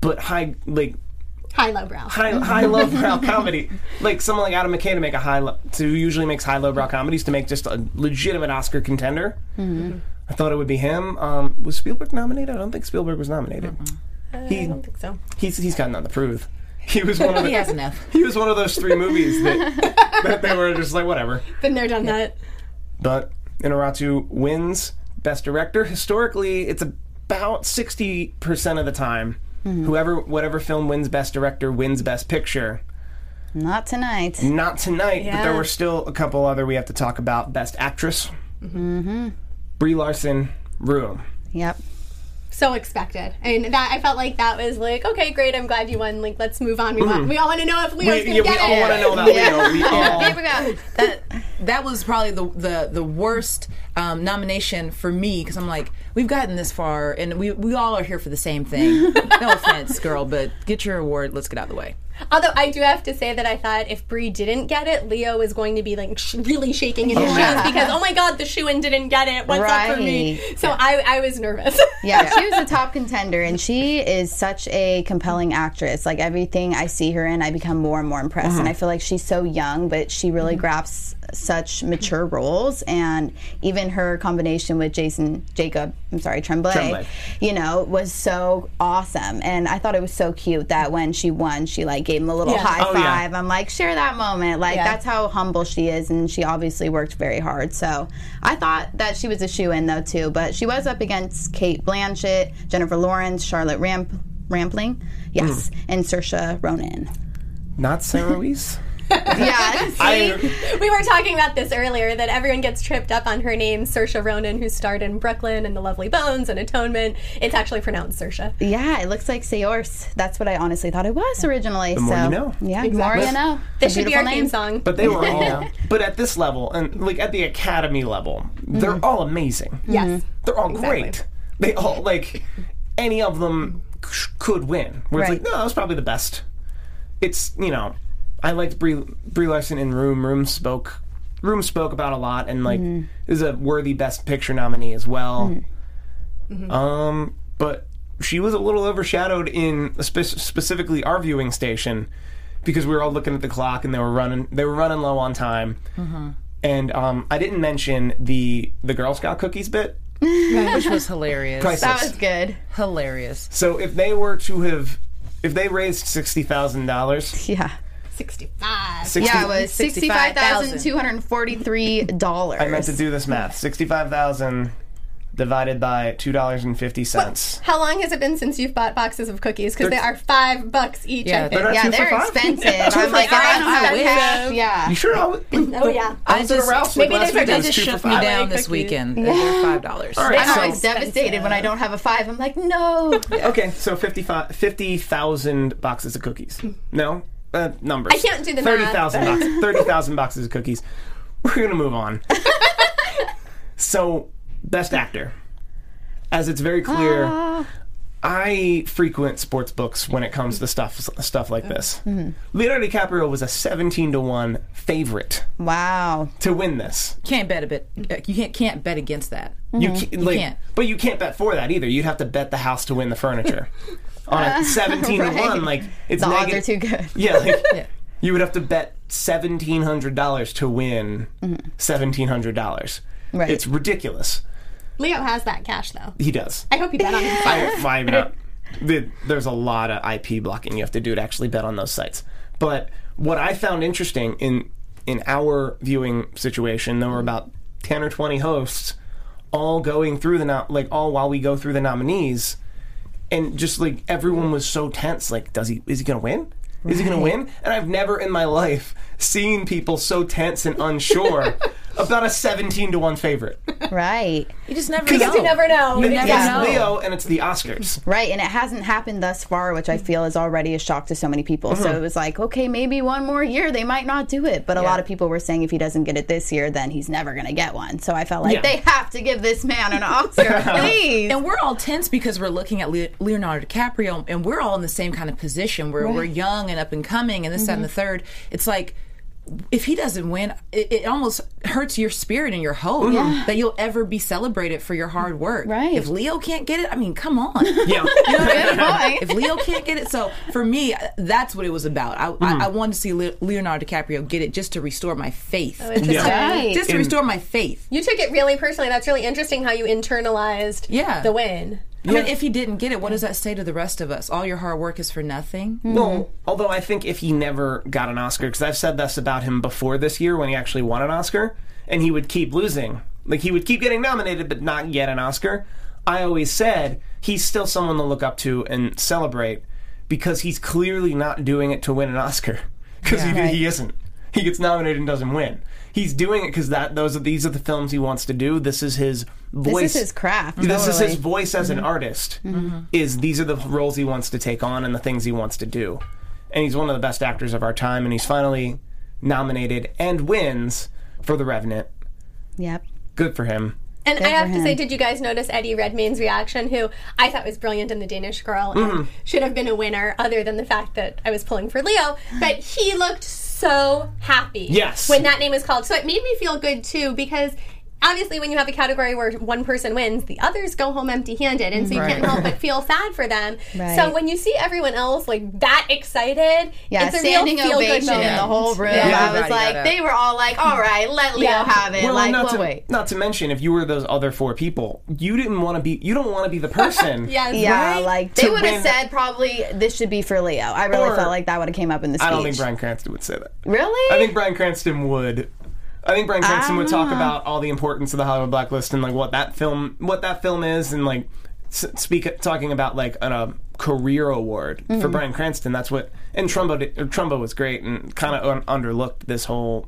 S5: but high like
S7: High lowbrow.
S5: high high lowbrow comedy. Like someone like Adam McKay to make a high lo- to usually makes high lowbrow comedies to make just a legitimate Oscar contender. I thought it would be him. Um, was Spielberg nominated? I don't think Spielberg was nominated. He,
S7: Uh, I think so.
S5: he's he's got nothing to prove. He was one of the,
S8: He has enough.
S5: he was one of those three movies that, that they were just like whatever.
S7: Been there, done that.
S5: But Inarritu wins Best Director. Historically, it's about sixty percent of the time, whoever whatever film wins Best Director wins Best Picture.
S6: not tonight.
S5: Not tonight, but there
S7: Yeah.
S5: were still a couple other we have to talk about. Best Actress, mm-hmm. Brie Larson, Room.
S6: Yep.
S7: So expected. And that I felt like that was like, okay, great, I'm glad you won. Like, let's move on. We want we all want to know if Leo's
S5: Mm-hmm. We, yeah, we
S7: gonna get
S5: all
S7: it.
S5: want to know that Leo. We all,
S7: There we go.
S8: that that was probably the the the worst um, nomination for me because I'm like we've gotten this far and we we all are here for the same thing. no offense, girl, but get your award. Let's get out of the way.
S7: Although I do have to say that I thought if Brie didn't get it, Leo was going to be like sh- really shaking in his shoes because oh my god, the shoe in didn't get it. What's up for me?
S6: Right.
S7: So I, I was nervous.
S6: Yeah, she was a top contender, and she is such a compelling actress. Like everything I see her in, I become more and more impressed.
S5: Mm-hmm.
S6: And I feel like she's so young, but she really grasps such mature roles. And even her combination with Jason Jacob, I'm sorry, Tremblay,
S5: Tremblay.
S6: you know, was so awesome. And I thought it was so cute that when she won, she like gave him a little
S7: Yeah.
S6: high
S5: Oh, yeah.
S6: five. I'm like, share that moment. Like
S8: Yeah.
S6: that's how humble she is, and she obviously worked very hard. So I thought that she was a shoe in though too, but she was up against Kate Blanchett, Jennifer Lawrence, Charlotte Ramp Rampling, yes, and Saoirse Ronan.
S5: not Sarah Weiss.
S6: Yes.
S5: I,
S7: we were talking about this earlier that everyone gets tripped up on her name, Saoirse Ronan, who starred in Brooklyn and The Lovely Bones and Atonement. It's actually pronounced Saoirse.
S6: yeah, it looks like Seors. That's what I honestly thought it was originally.
S5: more
S6: so
S5: you know.
S6: yeah, the more you know.
S7: This should be our
S6: Beautiful
S7: theme
S6: name.
S7: song.
S5: But they were all. but at this level, and like at the Academy level,
S7: Mm-hmm.
S5: they're all amazing.
S6: Mm-hmm.
S7: yes.
S5: They're all
S7: Exactly.
S5: great. They all like any of them c- could win. Where it's like,
S6: Right.
S5: no, that was probably the best. It's you know, I liked Brie Brie Larson in Room. Room spoke. Room spoke about a lot, and like is a worthy Best Picture nominee as well. Um, but she was a little overshadowed in spe- specifically our viewing station because we were all looking at the clock and they were running they were running low on time. And um, I didn't mention the the Girl Scout cookies bit.
S8: Which was hilarious.
S5: Crisis.
S6: That was good.
S8: Hilarious.
S5: So if they were to have, if they raised sixty thousand dollars,
S6: Yeah.
S7: 65.
S6: Yeah, it was sixty-five thousand two hundred forty-three dollars.
S5: I meant to do this math. Sixty-five thousand divided by two dollars and fifty cents.
S7: How long has it been since you've bought boxes of cookies? Because they are five bucks each,
S8: Yeah,
S7: I think.
S6: Yeah,
S5: Two for
S6: they're
S5: five?
S6: expensive.
S5: Two
S6: I'm
S5: for
S6: like,
S5: five?
S6: I don't have
S8: wish.
S6: cash. Yeah.
S5: You sure? I was, oh
S7: yeah.
S5: I was at a
S8: just-
S5: Ralph's
S7: maybe
S5: last
S7: those are
S5: weekend.
S8: They
S5: It was
S8: just
S5: two for
S8: shook me
S5: five.
S8: down
S7: Like
S8: this
S7: cookies.
S8: weekend. They were five dollars.
S5: All right,
S6: I'm always
S5: so,
S6: devastated when I don't have a five. I'm like, no.
S5: okay, so 55 50,000 boxes of cookies. No? Uh, numbers. I
S7: can't do the math.
S5: 30,000 boxes, 30,000 boxes of cookies. We're going to move on. so, best actor. As it's very clear,
S7: Ah.
S5: I frequent sports books when it comes to stuff stuff like this.
S7: Mm-hmm.
S5: Leonardo DiCaprio was a 17 to 1 favorite
S6: Wow.
S5: to win this.
S8: Can't bet a bit. uh, You can't can't bet against that.
S5: You,
S6: Mm-hmm.
S5: can't, like,
S8: can't.
S5: But you can't bet for that either. You'd have to bet the house to win the furniture. On a 17 to 1, like, it's
S6: The odds
S5: nega-
S6: are too good.
S5: Yeah, like, you would have to bet seventeen hundred dollars to win hundred dollars.
S6: Mm-hmm. Right.
S5: It's ridiculous.
S7: Leo has that cash, though.
S5: He does.
S7: I hope you bet on him.
S5: I, I'm not. the- There's a lot of IP blocking you have to do to actually bet on those sites. But what I found interesting in in our viewing situation, there were about ten or twenty hosts all going through the nom- like all while we go through the nominees, and just like everyone was so tense. Like, does he is he gonna win? Is he gonna win? And I've never in my life seen people so tense and unsure about a seventeen to one favorite.
S6: Right.
S8: You just never
S7: Because you never know.
S5: It's
S8: never
S6: Yeah. know.
S5: Leo and it's the Oscars.
S6: Right, and it hasn't happened thus far, which I feel is already a shock to so many people.
S5: Uh-huh.
S6: So it was like, okay, maybe one more year they might not do it, but a lot of people were saying if he doesn't get it this year, then he's never going to get one. So I felt like
S5: Yeah.
S6: they have to give this man an Oscar, please.
S8: And we're all tense because we're looking at Le- Leonardo DiCaprio, and we're all in the same kind of position where we're young and up and coming, and this, that, and the third. It's like if he doesn't win, it, it almost hurts your spirit and your hope that you'll ever be celebrated for your hard work.
S6: Right.
S8: If Leo can't get it, I mean, come on.
S5: Yeah.
S6: Good point.
S8: if Leo can't get it, so for me, uh, that's what it was about. I, I, I wanted to see Le- Leonardo DiCaprio get it just to restore my faith.
S7: Interesting.
S6: Right.
S8: Just to restore my faith.
S7: You took it really personally. That's really interesting how you internalized
S8: Yeah.
S7: the win.
S8: I mean, if he didn't get it, what does that say to the rest of us? All your hard work is for nothing.
S5: Well, although I think if he never got an Oscar, because I've said this about him before this year when he actually won an Oscar, and he would keep losing. Like, he would keep getting nominated but not get an Oscar. I always said he's still someone to look up to and celebrate because he's clearly not doing it to win an Oscar. Because he, he isn't. He gets nominated and doesn't win. He's doing it because that those are these are the films he wants to do. This is his voice.
S6: This is his craft.
S5: This is his
S6: totally.
S5: voice as an
S6: Mm-hmm.
S5: artist. Is these are the roles he wants to take on and the things he wants to do, and he's one of the best actors of our time. And he's finally nominated and wins for The Revenant.
S6: Yep.
S5: Good for him.
S7: And I
S6: for
S7: have to say,
S6: him.
S7: did you guys notice Eddie Redmayne's reaction, who I thought was brilliant in The Danish Girl and should have been a winner, other than the fact that I was pulling for Leo? But he looked so happy.
S5: Yes.
S7: When that name was called. So it made me feel good, too, because. Obviously, when you have a category where one person wins, the others go home empty-handed, and so you can't help but feel sad for them.
S6: Right.
S7: So when you see everyone else like that excited,
S6: Yeah,
S7: it's a real
S6: standing
S7: feel-good
S6: ovation
S7: moment.
S6: in the whole room.
S7: Yeah.
S6: I was
S8: Everybody got
S6: like,
S8: up.
S6: they were all like, all right, let Leo
S7: Yeah.
S6: have it. like,
S5: not
S6: we'll
S5: to
S6: wait.
S5: not to mention if you were those other four people, you didn't want to be. You don't want to be the person.
S7: Yes.
S6: Yeah,
S5: Right?
S6: like
S5: To
S6: they would
S5: win-
S6: have said probably this should be for Leo. I really
S5: Or-
S6: felt like that would have came up in the speech.
S5: I don't think Brian Cranston would say that.
S6: Really?
S5: I think Brian Cranston would. I think Brian Cranston would
S7: Ah.
S5: talk about all the importance of the Hollywood Blacklist and like what that film, what that film is, and like s- speak talking about like a um, career award for
S7: Mm-hmm.
S5: Brian Cranston. That's what. And Trumbo, did, or Trumbo was great and kind of un- underlooked this whole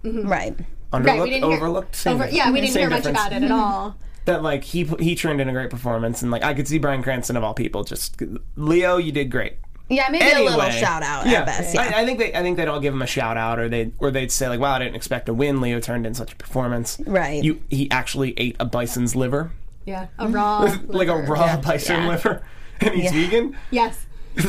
S5: underlooked,
S6: right.
S7: Mm-hmm. Right, we didn't hear-
S5: overlooked. same
S7: Over,
S5: difference.
S7: yeah, we didn't
S5: Same
S7: hear
S5: difference. Mm-hmm.
S7: much about it at all.
S5: That like he pu- he turned in a great performance, and like I could see Brian Cranston of all people just Leo, you did great.
S6: Yeah, maybe a little
S5: Anyway.
S6: shout out at best. Yeah.
S5: I, I think they, I think they'd all give him a shout out, or they, or they'd say like, "Wow, I didn't expect a win." Leo turned in such a performance.
S6: Right.
S5: You, he actually ate a bison's liver,
S7: Yeah, a raw,
S5: like a raw bison liver, and he's vegan.
S7: yes.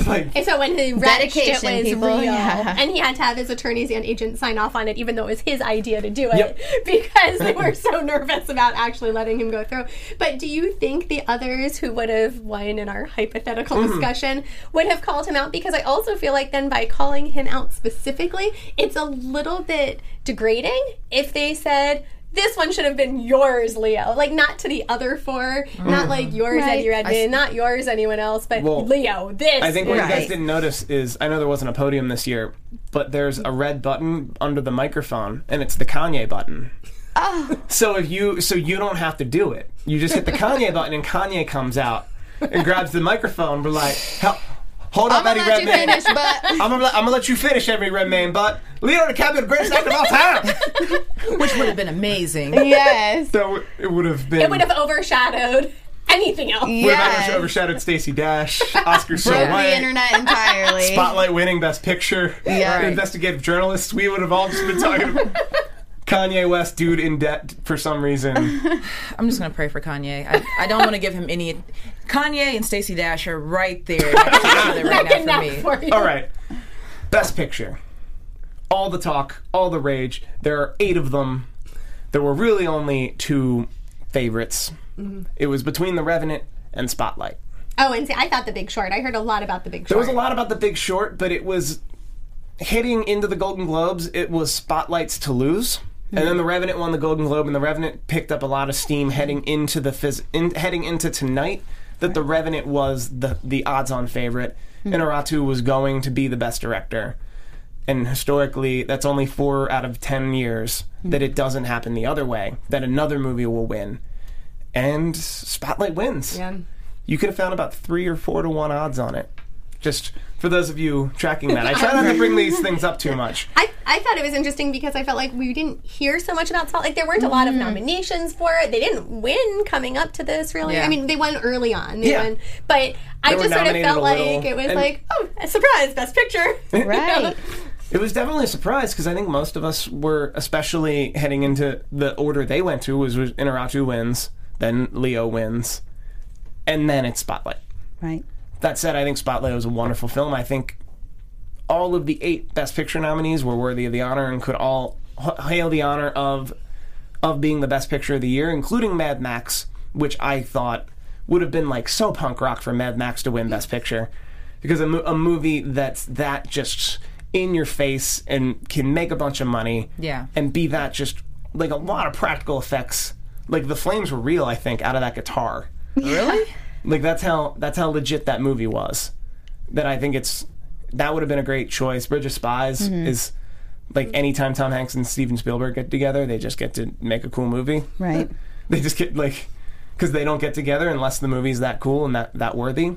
S5: like,
S7: And so when he wrenched it
S6: Dedication,
S7: was
S6: people,
S7: real,
S6: yeah.
S7: and he had to have his attorneys and agents sign off on it, even though it was his idea to do it, because they were so nervous about actually letting him go through. But do you think the others who would have won in our hypothetical
S5: Mm-hmm.
S7: discussion would have called him out? Because I also feel like then by calling him out specifically, it's a little bit degrading if they said. This one should have been yours, Leo. Like not to the other 4 not like yours,
S6: Right.
S7: Eddie Redmayne, not yours, anyone else, but
S5: Mm. Well,
S7: Leo. This.
S5: I think what you guys
S6: Right.
S5: didn't notice is I know there wasn't a podium this year, but there's a red button under the microphone, and it's the Kanye button.
S6: Oh.
S5: So if you so you don't have to do it. You just hit the Kanye button, and Kanye comes out and grabs the microphone. We're like, help. Hold up,
S6: I'm gonna
S5: Eddie
S6: let you
S5: Redmayne.
S6: finish, but
S5: I'm gonna, let, I'm gonna let you finish every red man, but Leonardo DiCaprio, the greatest actor of all time.
S8: Which would have been amazing.
S6: yes,
S5: so it would have been.
S7: it would have overshadowed anything else.
S6: yes,
S5: overshadowed Stacey Dash, Oscar so
S6: broke
S5: White,
S6: the internet entirely.
S5: Spotlight winning Best Picture,
S6: Yeah. Right.
S5: investigative journalists. We would have all just been talking about Kanye West, dude in debt for some reason.
S8: I'm just gonna pray for Kanye. I, I don't want to give him any. Kanye and Stacey Dash are right there next to each other right now for me.
S7: for you.
S5: All right, Best Picture. All the talk, all the rage. There are eight of them. There were really only two favorites.
S7: Mm-hmm.
S5: It was between The Revenant and Spotlight.
S7: Oh, and see, I thought The Big Short. I heard a lot about The Big Short.
S5: There was a lot about the Big Short, but it was hitting into the Golden Globes. It was spotlights to lose, and
S7: Hmm.
S5: then the Revenant won the Golden Globe, and the Revenant picked up a lot of steam heading into the phys- in, heading into tonight. That the Revenant
S7: Hmm.
S5: was the the odds on favorite, and Aratu was going to be the best director. and historically that's only four out of ten years
S7: Hmm.
S5: that it doesn't happen the other way that another movie will win and spotlight wins
S7: Yeah.
S5: you could have found about three or four to one odds on it just for those of you tracking that i try not to bring these things up too much
S7: I, I thought it was interesting because I felt like we didn't hear so much about Spotlight. Like there weren't a lot of nominations for it. They didn't win coming up to this really. I mean, they won early on. They
S5: Yeah.
S7: won, but I
S5: were
S7: just sort of
S5: nominated
S7: felt
S5: a little,
S7: like it was
S5: and-
S7: like, oh, a surprise, best picture.
S6: Right.
S5: It was definitely a surprise because I think most of us were, especially heading into the order they went to, was, was Inaratu wins, then Leo wins, and then it's Spotlight.
S6: Right.
S5: That said, I think Spotlight was a wonderful film. I think all of the eight Best Picture nominees were worthy of the honor and could all h- hail the honor of of being the Best Picture of the year, including Mad Max, which I thought would have been like so punk rock for Mad Max to win Best Picture, because a, mo- a movie that's that just in your face and can make a bunch of money,
S8: Yeah.
S5: and be that just like a lot of practical effects. Like the flames were real, I think, out of that guitar.
S8: Really?
S5: Like that's how that's how legit that movie was. That I think it's that would have been a great choice. Bridge of Spies
S6: Mm-hmm.
S5: is like anytime Tom Hanks and Steven Spielberg get together, they just get to make a cool movie.
S6: Right.
S5: They just get like because they don't get together unless the movie's that cool and that that worthy.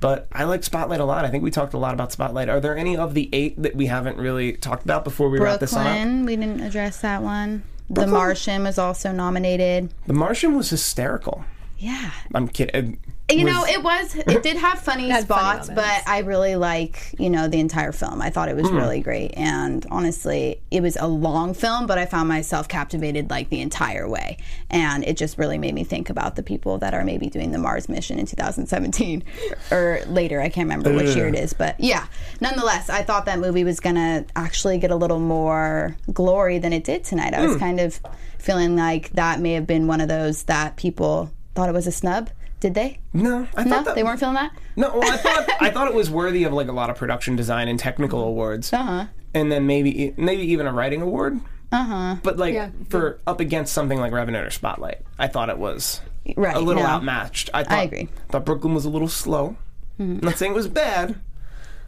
S5: But I like Spotlight a lot. I think we talked a lot about Spotlight. Are there any of the eight that we haven't really talked about before we wrap this on up?
S6: Brooklyn. We didn't address that one. The Martian was also nominated.
S5: The Martian was hysterical.
S6: Yeah.
S5: I'm uh, kidding.
S6: You know, it was. It did have funny spots, but I really like you know the entire film. I thought it was really great, and honestly, it was a long film, but I found myself captivated like the entire way, and it just really made me think about the people that are maybe doing the Mars mission in 2017 or later. I can't remember which year it is, but yeah. Nonetheless, I thought that movie was gonna actually get a little more glory than it did tonight. I was kind of feeling like that may have been one of those that people thought it was a snub. Did they?
S5: no, I
S6: No,
S5: thought that,
S6: they weren't feeling that.
S5: No, well, I thought I thought it was worthy of like a lot of production design and technical awards,
S6: Uh-huh.
S5: and then maybe e, maybe even a writing award. Uh huh. But like for up against something like Revenant or Spotlight, I thought it was
S6: Right,
S5: a little
S6: no.
S5: outmatched. I, thought,
S6: agree.
S5: Thought Brooklyn was a little slow. Not saying it was bad.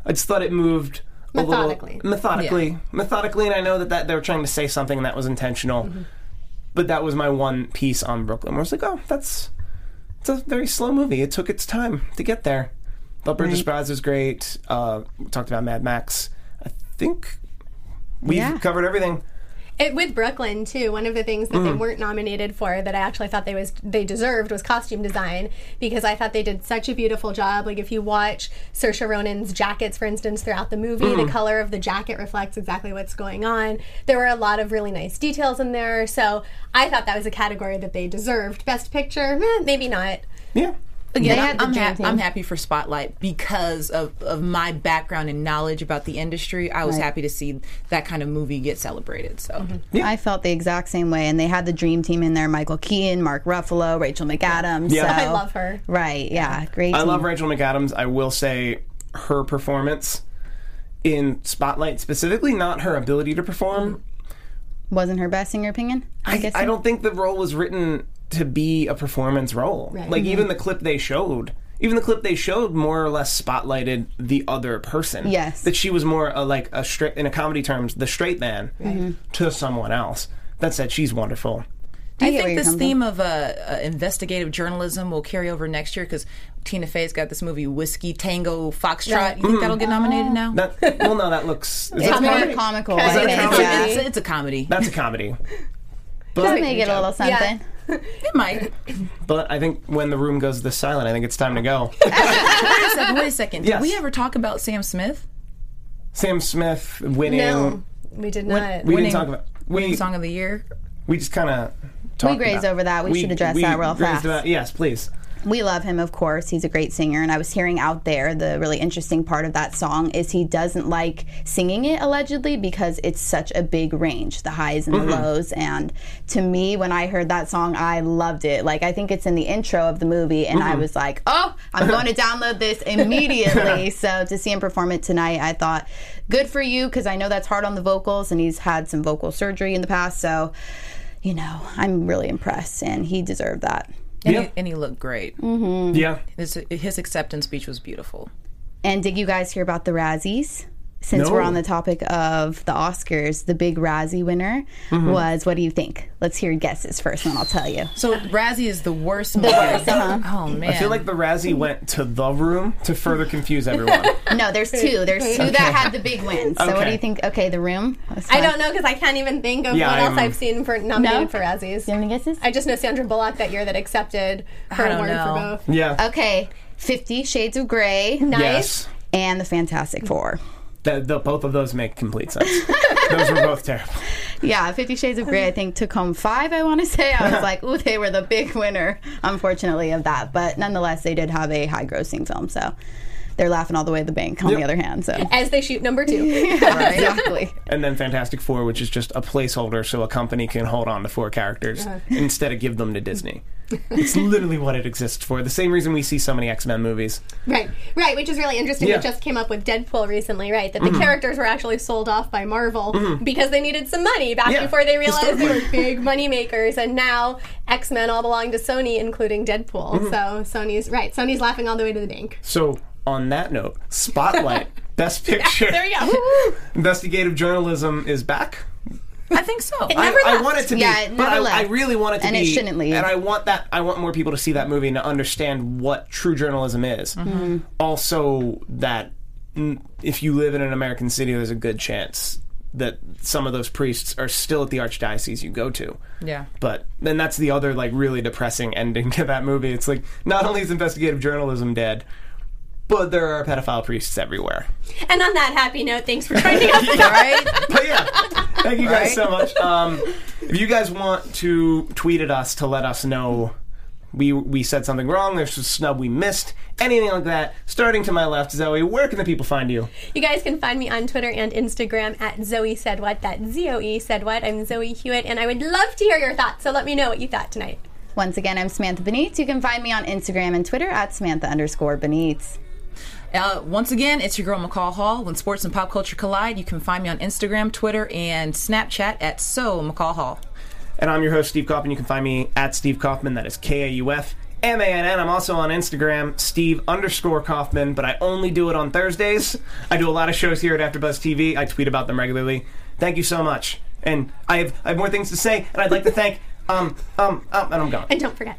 S5: I just thought it moved a little-
S7: Methodically.
S5: methodically, methodically, and I know that, that they were trying to say something that was intentional. But that was my one piece on Brooklyn. Where I was like, oh, that's it's a very slow movie. It took its time to get there. But Bridge of Spies was great. Uh, we talked about Mad Max. I think we've
S6: Yeah.
S5: covered everything.
S7: It, with Brooklyn too, one of the things that they
S5: Mm.
S7: weren't nominated for that I actually thought they was they deserved was costume design because I thought they did such a beautiful job. Like if you watch Saoirse Ronan's jackets, for instance, throughout the movie,
S5: Mm.
S7: the color of the jacket reflects exactly what's going on. There were a lot of really nice details in there, so I thought that was a category that they deserved. Best Picture, eh, maybe not.
S5: Yeah.
S8: Again,
S6: had
S8: I'm,
S6: the
S8: I'm, hap-
S6: dream
S8: I'm
S6: team.
S8: happy for Spotlight because of, of my background and knowledge about the industry. I was happy to see that kind of movie get celebrated. So,
S6: I felt the exact same way, and they had the dream team in there: Michael Keaton, Mark Ruffalo, Rachel McAdams.
S5: Yeah.
S6: so-
S5: I
S7: I love her.
S6: Right? Yeah, great.
S5: I
S6: team.
S5: love Rachel McAdams. I will say her performance in Spotlight, specifically not her ability to perform.
S6: Wasn't her best in your opinion? I guess
S5: I don't think the role was written to be a performance role. Like
S6: Mm-hmm.
S5: even the clip they showed, even the clip they showed more or less spotlighted the other person.
S6: Yes.
S5: that she was more a, like a straight in a comedy terms the straight man to someone else. That said, she's wonderful.
S8: do you
S6: get where
S8: think
S6: you're
S8: this
S6: coming
S8: theme of uh, uh, investigative journalism will carry over next year? Because Tina Fey's got this movie, Whiskey Tango Foxtrot. You
S6: Mm-hmm.
S8: think that'll get nominated now?
S5: That well, no, that looks is
S6: It's
S5: that
S6: more
S5: comedy?
S6: comical.
S5: Is
S6: I
S5: that a
S6: think.
S5: comedy?
S6: Yeah.
S8: It's, it's a comedy.
S5: That's a comedy.
S6: Just make it a little something.
S8: It might.
S5: But I think when the room goes this silent, I think it's time to go.
S8: wait a second. Wait a second. Did
S5: Yes.
S8: we ever talk about Sam Smith?
S5: Sam Smith winning.
S7: No, we did not.
S5: We
S8: Winning-
S5: didn't talk about we
S8: Song of the Year?
S5: we just kind of. We
S6: grazed over that. We should address that real
S5: grazed
S6: fast.
S5: about- yes, please.
S6: We love him, of course. He's a great singer. And I was hearing out there the really interesting part of that song is he doesn't like singing it allegedly because it's such a big range, the highs and the lows. And to me, when I heard that song, I loved it. Like, I think it's in the intro of the movie. And I was like, oh, I'm going to download this immediately. so to see him perform it tonight, I thought, good for you because I know that's hard on the vocals. And he's had some vocal surgery in the past. So, you know, I'm really impressed. And he deserved that.
S8: And,
S5: Yeah.
S8: he, and he looked great.
S5: Yeah.
S8: His, his acceptance speech was beautiful.
S6: And did you guys hear about the Razzies? since we're
S5: No.
S6: on the topic of the Oscars, the big Razzie winner
S5: Mm-hmm.
S6: was. What do you think? Let's hear your guesses first, and then I'll tell you.
S8: So Razzie is the worst movie. Oh man.
S5: I feel like the Razzie went to the room to further confuse everyone.
S6: No, there's two. There's two that had the big wins. So what
S5: Okay.
S6: do you think? Okay, the room. That's
S7: I
S6: fine.
S7: don't know because I can't even think of
S5: Yeah,
S7: what
S5: I'm-
S7: else I've seen for nominated
S6: No?
S7: for Razzies.
S6: Do you have any guesses?
S7: I just know Sandra Bullock that year that accepted her
S8: I don't
S7: award
S8: know.
S7: for both.
S5: yeah.
S6: Okay, Fifty Shades of Grey
S7: Nice.
S5: Yes.
S6: and the Fantastic Four.
S5: That, the, both of those make complete sense. those were both terrible.
S6: Yeah, Fifty Shades of Grey, I think, took home five, I want to say. I was like, ooh, they were the big winner, unfortunately, of that. But nonetheless, they did have a high grossing film. So they're laughing all the way to the bank, on the other hand. So,
S7: As they shoot number two.
S6: exactly.
S5: And then Fantastic Four, which is just a placeholder so a company can hold on to four characters
S6: Uh-huh.
S5: instead of give them to Disney. it's literally what it exists for. The same reason we see so many X Men movies.
S7: right. Right, which is really interesting.
S5: Yeah. Mm-hmm.
S7: It just came up with Deadpool recently, right? That the characters were actually sold off by Marvel because they needed some money back
S5: Yeah.
S7: before they realized they
S5: Historically.
S7: were big money makers and now X Men all belong to Sony, including Deadpool.
S5: Mm-hmm.
S7: So Sony's right. Sony's laughing all the way to the bank.
S5: So, on that note, Spotlight, Best Picture.
S7: There you go.
S5: Investigative journalism is back.
S8: I think so.
S7: It never
S5: I, I
S7: left.
S5: want it to be,
S6: Yeah, it
S5: but
S6: never
S5: I,
S6: left.
S5: I really want it to
S6: And
S5: be,
S6: it shouldn't leave.
S5: And I want that. I want more people to see that movie and to understand what true journalism is.
S6: Mm-hmm.
S5: Also, that mm, if you live in an American city, there's a good chance that some of those priests are still at the archdiocese you go to.
S8: Yeah.
S5: But then that's the other like really depressing ending to that movie. It's like not only is investigative journalism dead, but there are pedophile priests everywhere.
S7: And on that happy note, thanks for joining us.
S5: But yeah, thank you guys so much. Um, if you guys want to tweet at us to let us know we we said something wrong, there's a snub we missed, anything like that. Starting to my left, Zoe, where can the people find you?
S7: You guys can find me on Twitter and Instagram at Zoe Said What. That Z O E Said What. I'm Zoe Hewitt, and I would love to hear your thoughts. So let me know what you thought tonight.
S6: Once again, I'm Samantha Benitz. You can find me on Instagram and Twitter at Samantha underscore Benitz.
S8: Uh, once again, it's your girl McCall Hall. When sports and pop culture collide, you can find me on Instagram, Twitter, and Snapchat at so McCall Hall.
S5: And I'm your host, Steve Kaufman. You can find me at Steve Kaufman. That is K A U F M A N N. I'm also on Instagram, Steve underscore Kaufman, but I only do it on Thursdays. I do a lot of shows here at AfterBuzz TV. I tweet about them regularly. Thank you so much. And I have, I have more things to say, and I'd like to thank. Um, um, um, and I'm gone.
S7: And don't forget.